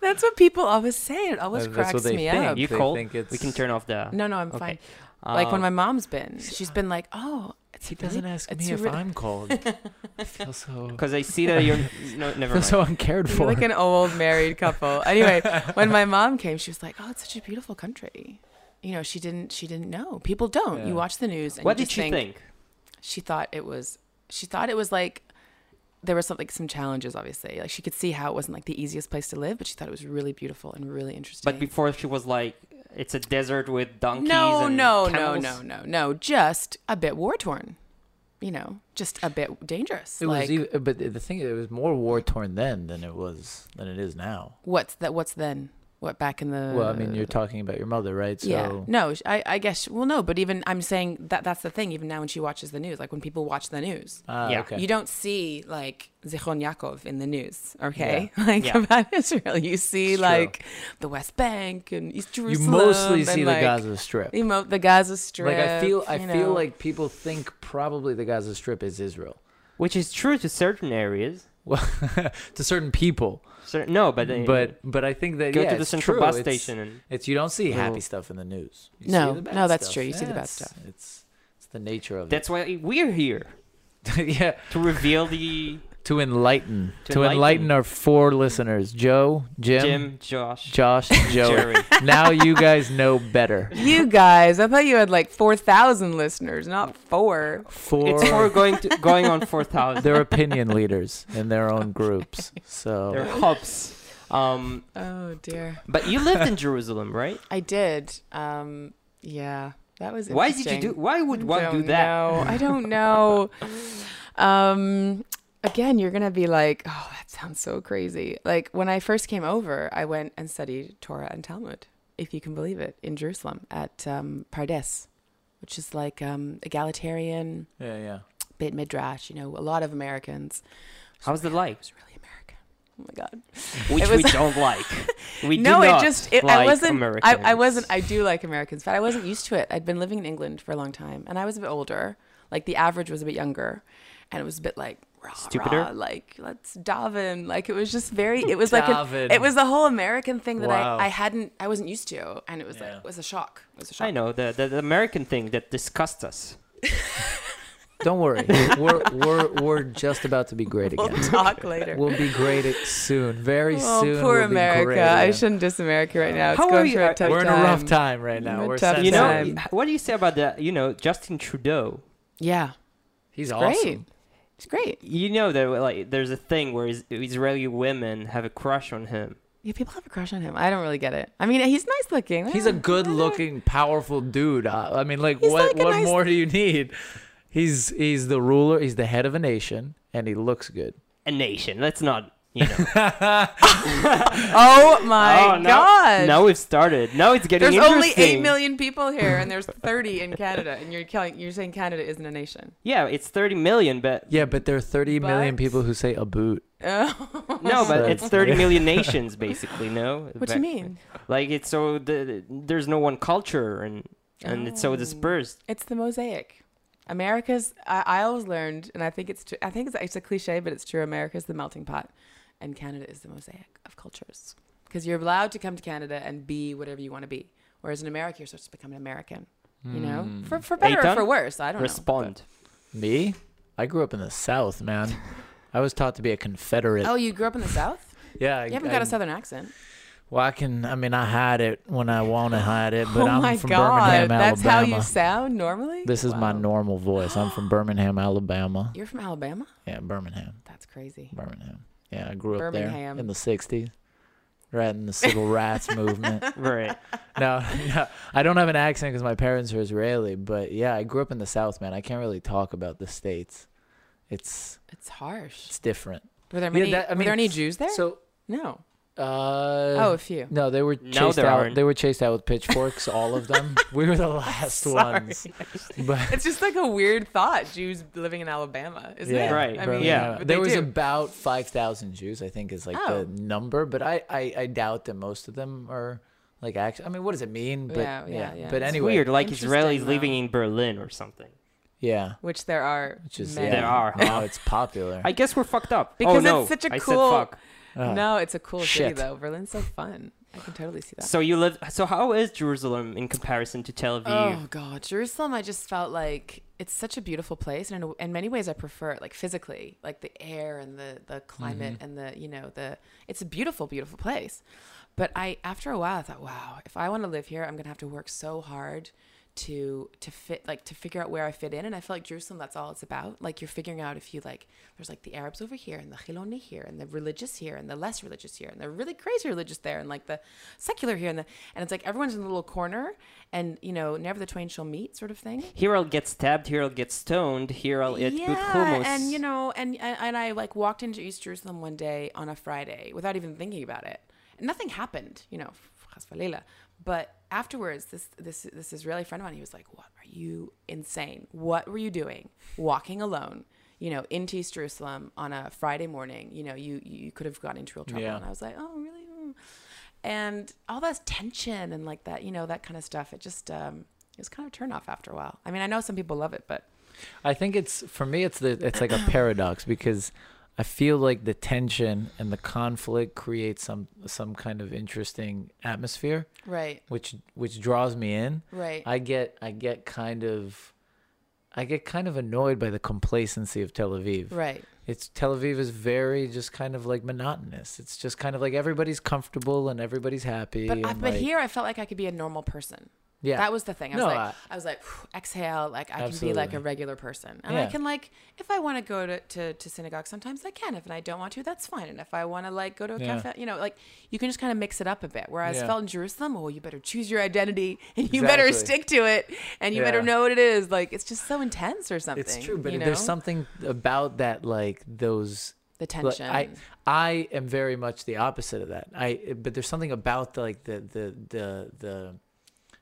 D: That's what people always say. It always
B: Uh, that's what
D: cracks
B: they
D: me
B: think. Um,
D: up.
C: you
B: They
C: cold
B: think
C: we
B: it's-
C: can turn off the
D: No, no, I'm
C: Okay.
D: fine. like when
C: uh,
D: my mom's been, she's been like, oh, it's
B: He
D: really-
B: doesn't ask
D: it's
B: me if
D: really-
B: I'm cold. I feel so.
C: because I see that you're no never
B: feel
C: mind
B: so uncared
D: You're
B: for.
D: like an old married couple. Anyway, when my mom came, she was like, "Oh, it's such a beautiful country." You know, she didn't. She didn't know. People don't.
B: Yeah.
D: You watch the news. And
C: what
D: you
C: did
D: just
C: she think,
D: She thought it was. She thought it was like there was something, some challenges. Obviously, like she could see how it wasn't like the easiest place to live, but she thought it was really beautiful and really interesting.
C: but before she was like it's a desert with donkeys
D: no,
C: and
D: no, no,
C: camels.
D: no, no, no. Just a bit war torn. You know, just a bit dangerous.
B: It
D: like
B: was even, but the thing is, it was more war torn then than it was than it is now.
D: what's that? What's then? What back in the?
B: well, I mean, you're talking about your mother, right? So
D: Uh, yeah. No, sh- I, I guess. Well, no, but even I'm saying that that's the thing. Even now, when she watches the news, like when people watch the news,
B: Ah,
C: Yeah.
B: okay.
D: you don't see like Zichron Yaakov in the news, okay? Like
C: Yeah.
D: about Israel, you see
B: It's true.
D: like the West Bank and East
B: You
D: Jerusalem.
B: mostly see
D: and,
B: the
D: like,
B: Gaza Strip.
D: You mo- the Gaza Strip.
B: Like I feel, I
D: you
B: feel
D: know.
B: like people think probably the Gaza Strip is Israel.
C: which is true to certain areas
B: Well, to certain people,
C: Cer no but uh,
B: but but I think that
C: go
B: yeah,
C: to the
B: it's
C: central
B: true.
C: bus
B: It's-
C: station and
B: It's you don't see happy
C: Well-
B: stuff in the news. You
D: No,
B: see the bad
D: no, that's
B: stuff.
D: true. You see the bad
B: it's-
D: stuff.
B: It's it's the nature of
C: That's why we're here
B: it. yeah,
C: to reveal the
B: to enlighten
C: To
B: to, enlighten.
C: enlighten.
B: our four listeners, Joe, Jim,
C: Jim, Josh,
B: Josh, Joey.
C: Jerry.
B: now you guys know better.
D: You guys, I thought you had like 4,000 listeners, not four.
B: For
C: It's for going to going on four thousand.
B: their opinion leaders in their own groups. So
C: They're hops. Um,
D: Oh, dear.
C: but you lived in Jerusalem, right?
D: I did. Um, yeah, that was
C: Why did you do?
D: interesting.
C: Why would
D: I
C: one do
D: don't
C: that?
D: know. I don't know. um, again, you're gonna be like, oh, that sounds so crazy. Like when I first came over, I went and studied Torah and Talmud, if you can believe it, in Jerusalem at um, Pardes, which is like um, egalitarian
B: yeah, yeah.
D: bit midrash. You know, a lot of Americans.
C: How's the life?
D: It's really American. Oh my god.
C: Which
D: It was-
C: we don't like. We do
D: no,
C: not
D: it just it,
C: like
D: I wasn't. I, I
C: Americans.
D: wasn't. I do like Americans, but I wasn't used to it. I'd been living in England for a long time, and I was a bit older. Like the average was a bit younger, and it was a bit like rah,
C: Stupider?
D: rah, like let's daven. Like it was just very. It was like an,
B: Daven.
D: it was the whole American thing that
B: Wow.
D: I, I hadn't. I wasn't used to, and it was
B: Yeah.
D: like it was a shock. It was a shock.
C: I know the, the the American thing that disgusts us.
B: Don't worry. We're we're we're just about to be great
D: We'll
B: again.
D: talk later.
B: We'll be great at- soon. Very
D: oh,
B: soon.
D: poor
B: we'll be
D: America!
B: great
D: I
B: again.
D: shouldn't diss America right now. It's
C: How are
D: going
C: you-
D: through a tough
B: We're in
D: time.
B: a rough time right now.
D: We're
B: We're
D: tough
B: sensitive.
C: You know,
D: time.
C: what do you say about the you know Justin Trudeau?
D: Yeah,
B: he's
D: great.
B: awesome.
D: It's great.
C: You know that like there's a thing where is- Israeli women have a crush on him.
D: Yeah, people have a crush on him. I don't really get it. I mean, he's nice looking.
B: He's a good-looking, powerful dude. Uh, I mean, like,
D: He's
B: what
D: like a
B: what
D: nice-
B: more do you need? He's he's the ruler. He's the head of a nation, and he looks good.
C: A nation. Let's not. You know.
D: Oh my
C: Oh, now-
D: god!
C: Now we've started. Now it's getting
D: there's only
C: interesting.
D: eight million people here, and there's 30 in Canada, and you're killing, you're saying Canada isn't a nation.
C: Yeah, it's 30 million, but
B: Yeah, but there are 30 million
D: But-
B: people who say a boot.
D: Oh.
C: no, but
B: So-
C: it's 30 million nations basically. No.
D: What do
C: Back-
D: you mean?
C: Like it's so the, there's no one culture and and it's so
D: Oh.
C: dispersed.
D: It's the mosaic. America's. I, I always learned, and I think it's true. I think it's, it's a cliche, but it's true. America's the melting pot, and Canada is the mosaic of cultures. Because you're allowed to come to Canada and be whatever you want to be, whereas in America you're supposed to become an American. You know, for for better or
C: Hmm. Eitan?
D: for worse, I don't know.
C: Respond.
B: Me? I grew up in the South, man. I was taught to be a Confederate.
D: But- Oh, you grew up in the South.
B: yeah, I,
D: You haven't
B: I,
D: got a southern accent.
B: Well, I can. I mean, I hide it when I want to hide it, but
D: oh
B: I'm
D: my
B: from
D: god,
B: Birmingham,
D: that's
B: Alabama.
D: how you sound normally.
B: This is my
D: Wow.
B: normal voice. I'm from Birmingham, Alabama.
D: You're from Alabama.
B: Yeah, Birmingham,
D: That's crazy.
B: Birmingham. Yeah, I grew up
D: Birmingham.
B: there in the '60s, right in the civil rights movement.
C: Right.
B: No, no, I don't have an accent because my parents are Israeli. But yeah, I grew up in the South, man. I can't really talk about the states. It's
D: It's harsh.
B: it's different.
D: Were there
B: Yeah,
D: many?
B: that- I
D: were
B: mean,
D: there any Jews there?
B: So,
D: no.
B: uh,
D: Oh, a few.
B: No, they were
C: No,
B: chased
C: there
B: out.
C: aren't.
B: They were chased out with pitchforks, all of them. We were the last
D: Sorry.
B: ones. But
D: It's just like a weird thought. Jews living in Alabama, isn't
B: yeah,
D: it?
C: Right.
D: I
B: but
D: mean,
C: yeah.
D: but
B: There
D: they
B: was
D: do.
B: about five thousand Jews, I think, is like
D: Oh.
B: the number. But I, I, I doubt that most of them are like actually. I mean, what does it mean? But
D: Yeah, yeah, yeah.
B: But
D: It's
B: anyway,
C: Weird, like
D: Interesting,
C: Israelis
D: though.
C: living in Berlin or something.
B: Yeah,
D: which there are.
B: which is
D: many.
B: yeah.
C: There are, huh?
B: Now it's popular.
C: I guess we're fucked up.
D: Because
C: oh,
D: it's
C: no.
D: such a
C: I
D: cool-
C: said fuck.
B: Uh,
D: No, it's a cool city
B: Shit.
D: though. Berlin's so fun. I can totally see that.
C: So you live. So how is Jerusalem in comparison to Tel Aviv?
D: Oh God, Jerusalem! I just felt like it's such a beautiful place, and in, a- in many ways, I prefer it, like physically, like the air and the the climate and the you know the. It's a beautiful, beautiful place, but I after a while I thought, wow, if I want to live here, I'm gonna have to work so hard to to fit like to figure out where I fit in, and I feel like Jerusalem. That's all it's about. Like you're figuring out if you like. There's like the Arabs over here, and the Chiloni here, and the religious here, and the less religious here, and the really crazy religious there, and like the secular here, and the and it's like everyone's in a little corner, and you know, never the twain shall meet, sort of thing.
C: Here I'll get stabbed. Here I'll get stoned. Here I'll eat good hummus.
D: and you know, and, and and I like walked into East Jerusalem one day on a Friday without even thinking about it. And nothing happened, you know, chas v'leila. But afterwards, this this this Israeli friend of mine, he was like, "What are you insane? What were you doing? Walking alone?" You know, into East Jerusalem on a Friday morning. You know, you you could have gotten into real trouble.
B: Yeah.
D: And I was like, oh, really? Mm. And all that tension and like that, you know, that kind of stuff. It just um, it was kind of a turn off after a while. I mean, I know some people love it, but
B: I think it's for me. It's the it's like a paradox because I feel like the tension and the conflict creates some some kind of interesting atmosphere,
D: right,
B: which which draws me in.
D: right.
B: I get I get kind of I get kind of annoyed by the complacency of Tel Aviv.
D: Right.
B: It's Tel Aviv is very just kind of like monotonous. It's just kind of like everybody's comfortable and everybody's happy.
D: But, I,
B: and,
D: but
B: like-
D: here I felt like I could be a normal person.
B: yeah,
D: That was the thing. I was
B: No,
D: like,
B: I-
D: I, was like, phew, exhale. Like I can be like a
B: Absolutely.
D: regular person, and I
B: Yeah.
D: can like, if I want to go to, to to synagogue, sometimes I can. If I don't want to, that's fine. And if I want to like go to a
B: Yeah.
D: cafe, you know, like you can just kind of mix it up a bit. Whereas
B: Yeah.
D: felt in Jerusalem, oh, you better choose your identity and you better
B: Exactly.
D: stick to it, and you
B: Yeah.
D: better know what it is. Like it's just so intense or something.
B: it's true. But
D: you
B: there's
D: know?
B: something about that, like those
D: the
B: Look,
D: tension.
B: I I am very much the opposite of that. I but there's something about the, like the the the the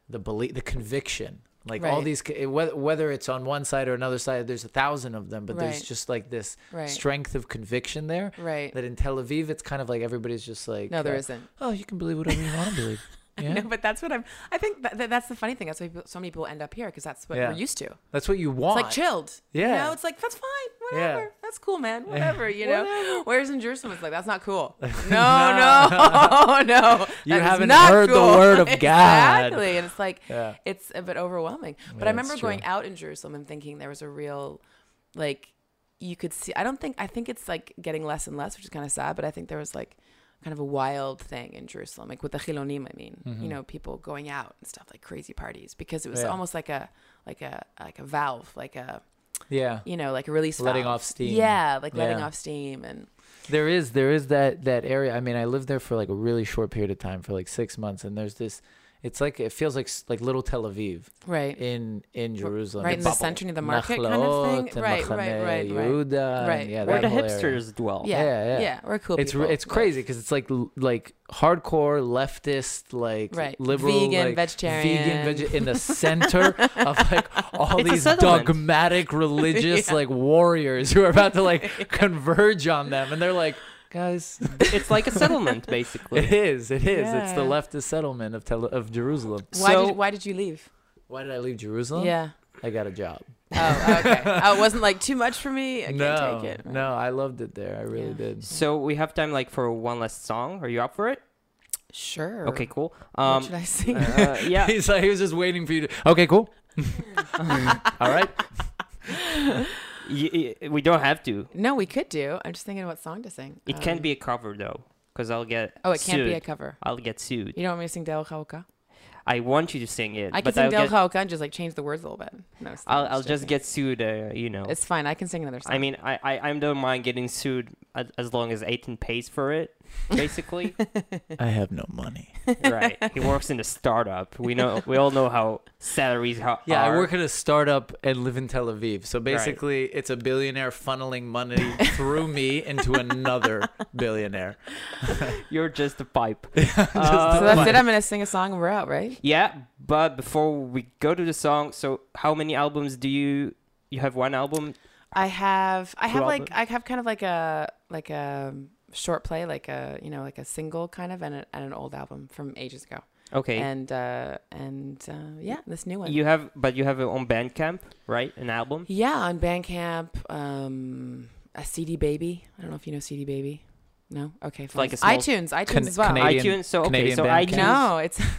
B: the belief, the conviction. Like all
D: Right.
B: these, c- whether whether it's on one side or another side, there's a thousand of them, but there's
D: Right.
B: just like this
D: Right.
B: strength of conviction there.
D: Right.
B: That in Tel Aviv, it's kind of like everybody's just like,
D: no, there
B: uh,
D: isn't.
B: Oh, you can believe whatever you want to believe. Yeah,
D: No, but that's what I'm. I think that, that- that's the funny thing. That's why people, so many people end up here because that's what
B: Yeah.
D: we're used to.
B: that's what you want.
D: It's like chilled. You
B: Yeah.
D: know, it's like that's fine.
B: Yeah.
D: Whatever. That's cool, man. Whatever, you know. Whereas in Jerusalem it's like that's not cool. No, no, no.
B: You
D: that is
B: haven't
D: not
B: heard the
D: cool.
B: word of God.
D: Exactly. And it's like
B: Yeah.
D: it's a bit overwhelming. But
B: Yeah,
D: I
B: it's
D: remember going
B: true.
D: out in Jerusalem and thinking there was a real like you could see I don't think I think it's like getting less and less, which is kinda sad, but I think there was like kind of a wild thing in Jerusalem, like with the Chilonim, I mean. You know, people going out and stuff like crazy parties because it was
B: Mm-hmm. Yeah.
D: almost like a like a like a valve, like a
B: yeah,
D: you know, like a release
B: Letting
D: valve.
B: off steam.
D: Yeah, like letting
B: Yeah.
D: off steam and
B: There is there is that that area. I mean, I lived there for like a really short period of time, for like six months, and there's this. It's like it feels like s- like little Tel Aviv
D: right.
B: in in Jerusalem,
D: right in the center near the market kind of
B: Nachlaot
D: thing.
B: and
D: Right, right,
B: Machane
D: right, right.
B: Yehuda and
D: Right,
B: yeah,
C: Where
B: that
C: the
B: whole area.
C: hipsters dwell.
D: yeah,
B: yeah, yeah.
D: yeah, We're cool.
B: It's
D: people.
B: re- it's
D: Right.
B: crazy because it's like l- like hardcore leftist like
D: Right.
B: liberal like, vegan
D: Vegan, vegetarian.
B: veg- in the center of like all
C: It's a
B: these
C: settlement.
B: dogmatic religious like warriors who are about to like converge on them and they're like guys
C: It's like a settlement, basically.
B: It is. It is. It's the
D: Yeah.
B: leftist settlement of Tel- of Jerusalem.
D: Why
C: So-
D: did why did you leave?
B: Why did I leave Jerusalem?
D: Yeah.
B: I got a job.
D: Oh, okay. oh, it wasn't like too much for me. I
B: no,
D: can't take it.
B: no, I loved it there. I really
D: Yeah.
B: did.
C: So we have time like for one last song. Are you up for it?
D: Sure.
C: Okay, cool.
D: What
C: Um,
D: should I sing?
C: uh, yeah.
B: He's like, he was just waiting for you to. Okay, cool. All right.
C: Y- y- we don't have to.
D: no, we could do. I'm just thinking what song to sing.
C: It can
D: Um,
C: be a cover though, because I'll get.
D: Oh, it can't
C: sued.
D: be a cover.
C: I'll get sued.
D: You don't want me to sing Del Chauca?
C: I want you to sing it,
D: I can
C: but
D: sing
C: I'll
D: Del
C: get.
D: Chauca and just like change the words a little bit. No, it's-
C: I'll,
D: it's
C: I'll just
D: joking.
C: get sued. Uh, you know.
D: It's fine. I can sing another song.
C: I mean, I, I I don't mind getting sued as, as long as Aiton pays for it. Basically,
B: I have no money.
C: right? He works in a startup. We know. We all know how salaries how
B: Yeah,
C: are.
B: I work at a startup and live in Tel Aviv. So basically, it's a billionaire funneling money through me into another billionaire.
C: You're just a pipe. Uh,
D: so that's it.
B: Fine.
D: I'm gonna sing a song and we're out, right?
C: Yeah, but before we go to the song, so how many albums do you you have one album?
D: I have I have
C: Throughout
D: like
C: the-
D: I have kind of like a like a short play like a you know like a single kind of and, a, and an old album from ages ago
C: Okay.
D: and uh and uh yeah this new one
C: you have but you have it on Bandcamp, right? An album?
D: yeah on Bandcamp um a CD Baby I don't know if you know CD Baby no okay fine.
C: like a small-
D: iTunes iTunes
B: Can-
D: as well
B: Canadian-
C: iTunes. So okay,
B: Canadian
C: so
B: Bandcamp?
C: iTunes.
D: no it's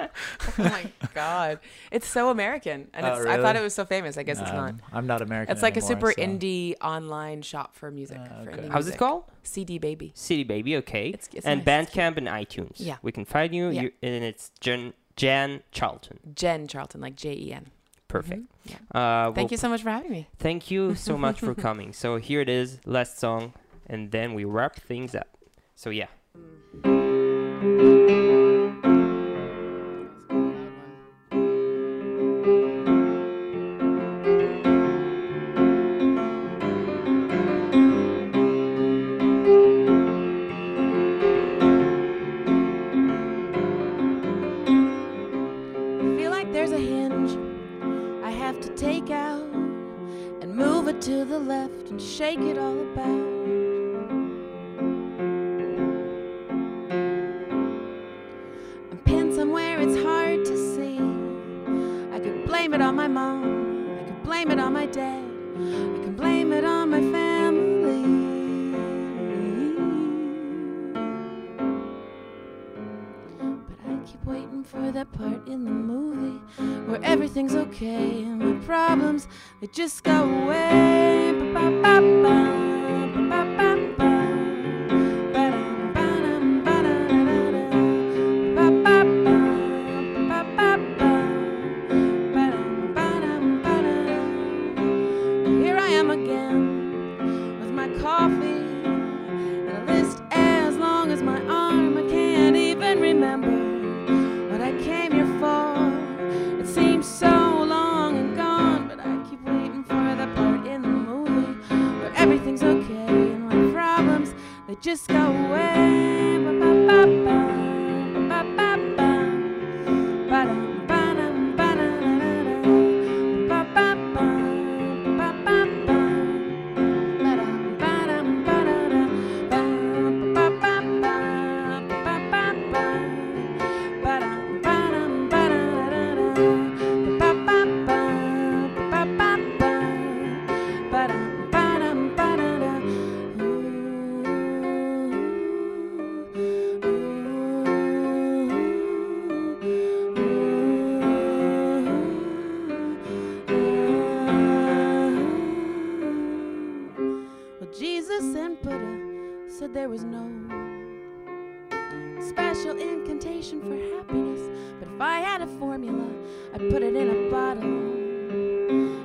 D: oh my god it's so American and
B: Oh,
D: it's, I thought
B: really?
D: it was so famous I guess it's not
B: Um, I'm not American.
D: it's like a
B: anymore,
D: super
B: so-
D: indie online shop for music
B: Ah,
D: for
B: okay.
D: indie
C: How's it
D: music.
C: called?
D: CD Baby
C: City Baby. Okay.
D: It's- it's
C: and
D: nice, it's
C: Bandcamp and iTunes.
D: Yeah.
C: We can find you.
D: Yeah.
C: you and it's Jen Jan Charlton.
D: Jen Charlton, like J E N.
C: Perfect.
D: Yeah.
C: Uh,
D: Mm-hmm. Thank you so much for having me.
C: Thank you so much for coming. So here it is, last song, and then we wrap things up. So yeah.
E: feel like there's a hinge I have to take out and move it to the left and shake it all about. I'm pinned somewhere it's hard to see. I could blame it on my mom, I could blame it on my dad, I can blame it on my family. But I keep waiting for that part in the movie where everything's okay and my problems they just go away. Ba-ba-ba-bum, ba-ba-ba-bum, ba-dum, ba-dum, ba-dum, ba-dum, ba-ba-bum, ba-dum, ba-dum, ba-dum. Here I am again with my coffee and a list as long as my arm. I can't even remember what I came here for. It seems so long and gone, but I keep waiting for the part in the movie where everything's okay and my problems they just go away. Ba-ba-ba-bum, ba-ba-ba-bum, ba-dum, ba-dum, ba-da-da-da-da, ba-ba-bum, ba-ba-bum. Well, Jesus and Buddha said there was no special incantation for happiness. But if I had a formula, I'd put it in a bottle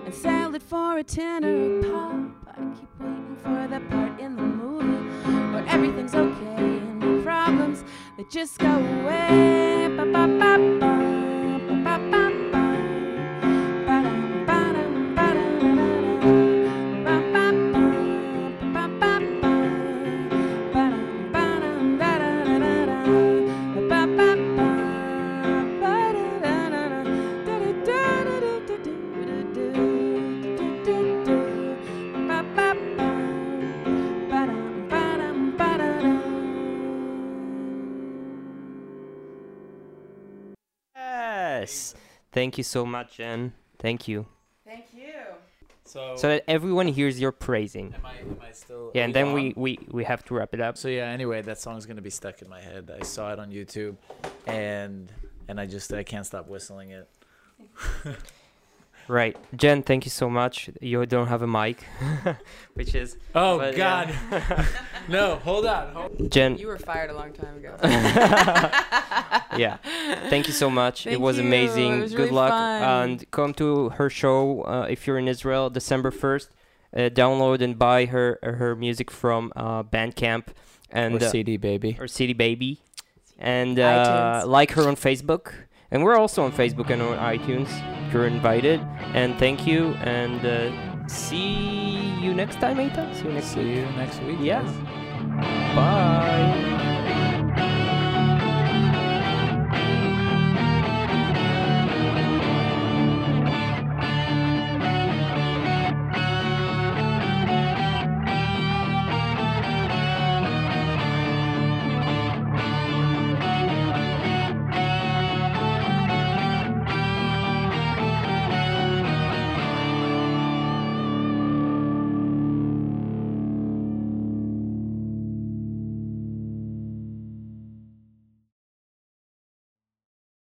E: and sell it for a ten or a pop. I keep waiting for that part in the movie where everything's okay and my problems they just go away. Ba-ba-ba-bum, ba-ba-ba-bum, ba-dum, ba-dum, ba-da-da-da-da.
C: Yes. Thank you so much, Jen. Thank you.
D: Thank you.
B: So,
C: So that everyone hears your praising.
B: am I, am I still?
C: Yeah,
B: are
C: and then
B: on?
C: we, we, we have to wrap it up.
B: So yeah. Anyway, that song's gonna be stuck in my head. I saw it on YouTube, and and I just I can't stop whistling it.
C: Right. Jen, thank you so much. You don't have a mic, which is.
B: Oh
C: but,
B: God.
C: yeah.
B: no, hold on. Hold-
C: Jen,
D: You were fired a long time ago.
C: yeah. Thank you so much. it
D: Thank
C: was
D: you. It
C: amazing.
D: was
C: Good
D: really
C: luck.
D: fun.
C: And come to her show uh, if you're in Israel, December 1st. Uh, download and buy her uh, her music from uh, Bandcamp and
B: or
C: uh,
B: CD baby.
C: or City Baby, and uh, like her on Facebook. And we're also on Facebook and on iTunes. You're invited. And thank you. And uh, see you next time, Aita. See you next
B: See
C: week.
B: you next week.
C: Yeah.
B: guys.
C: Bye.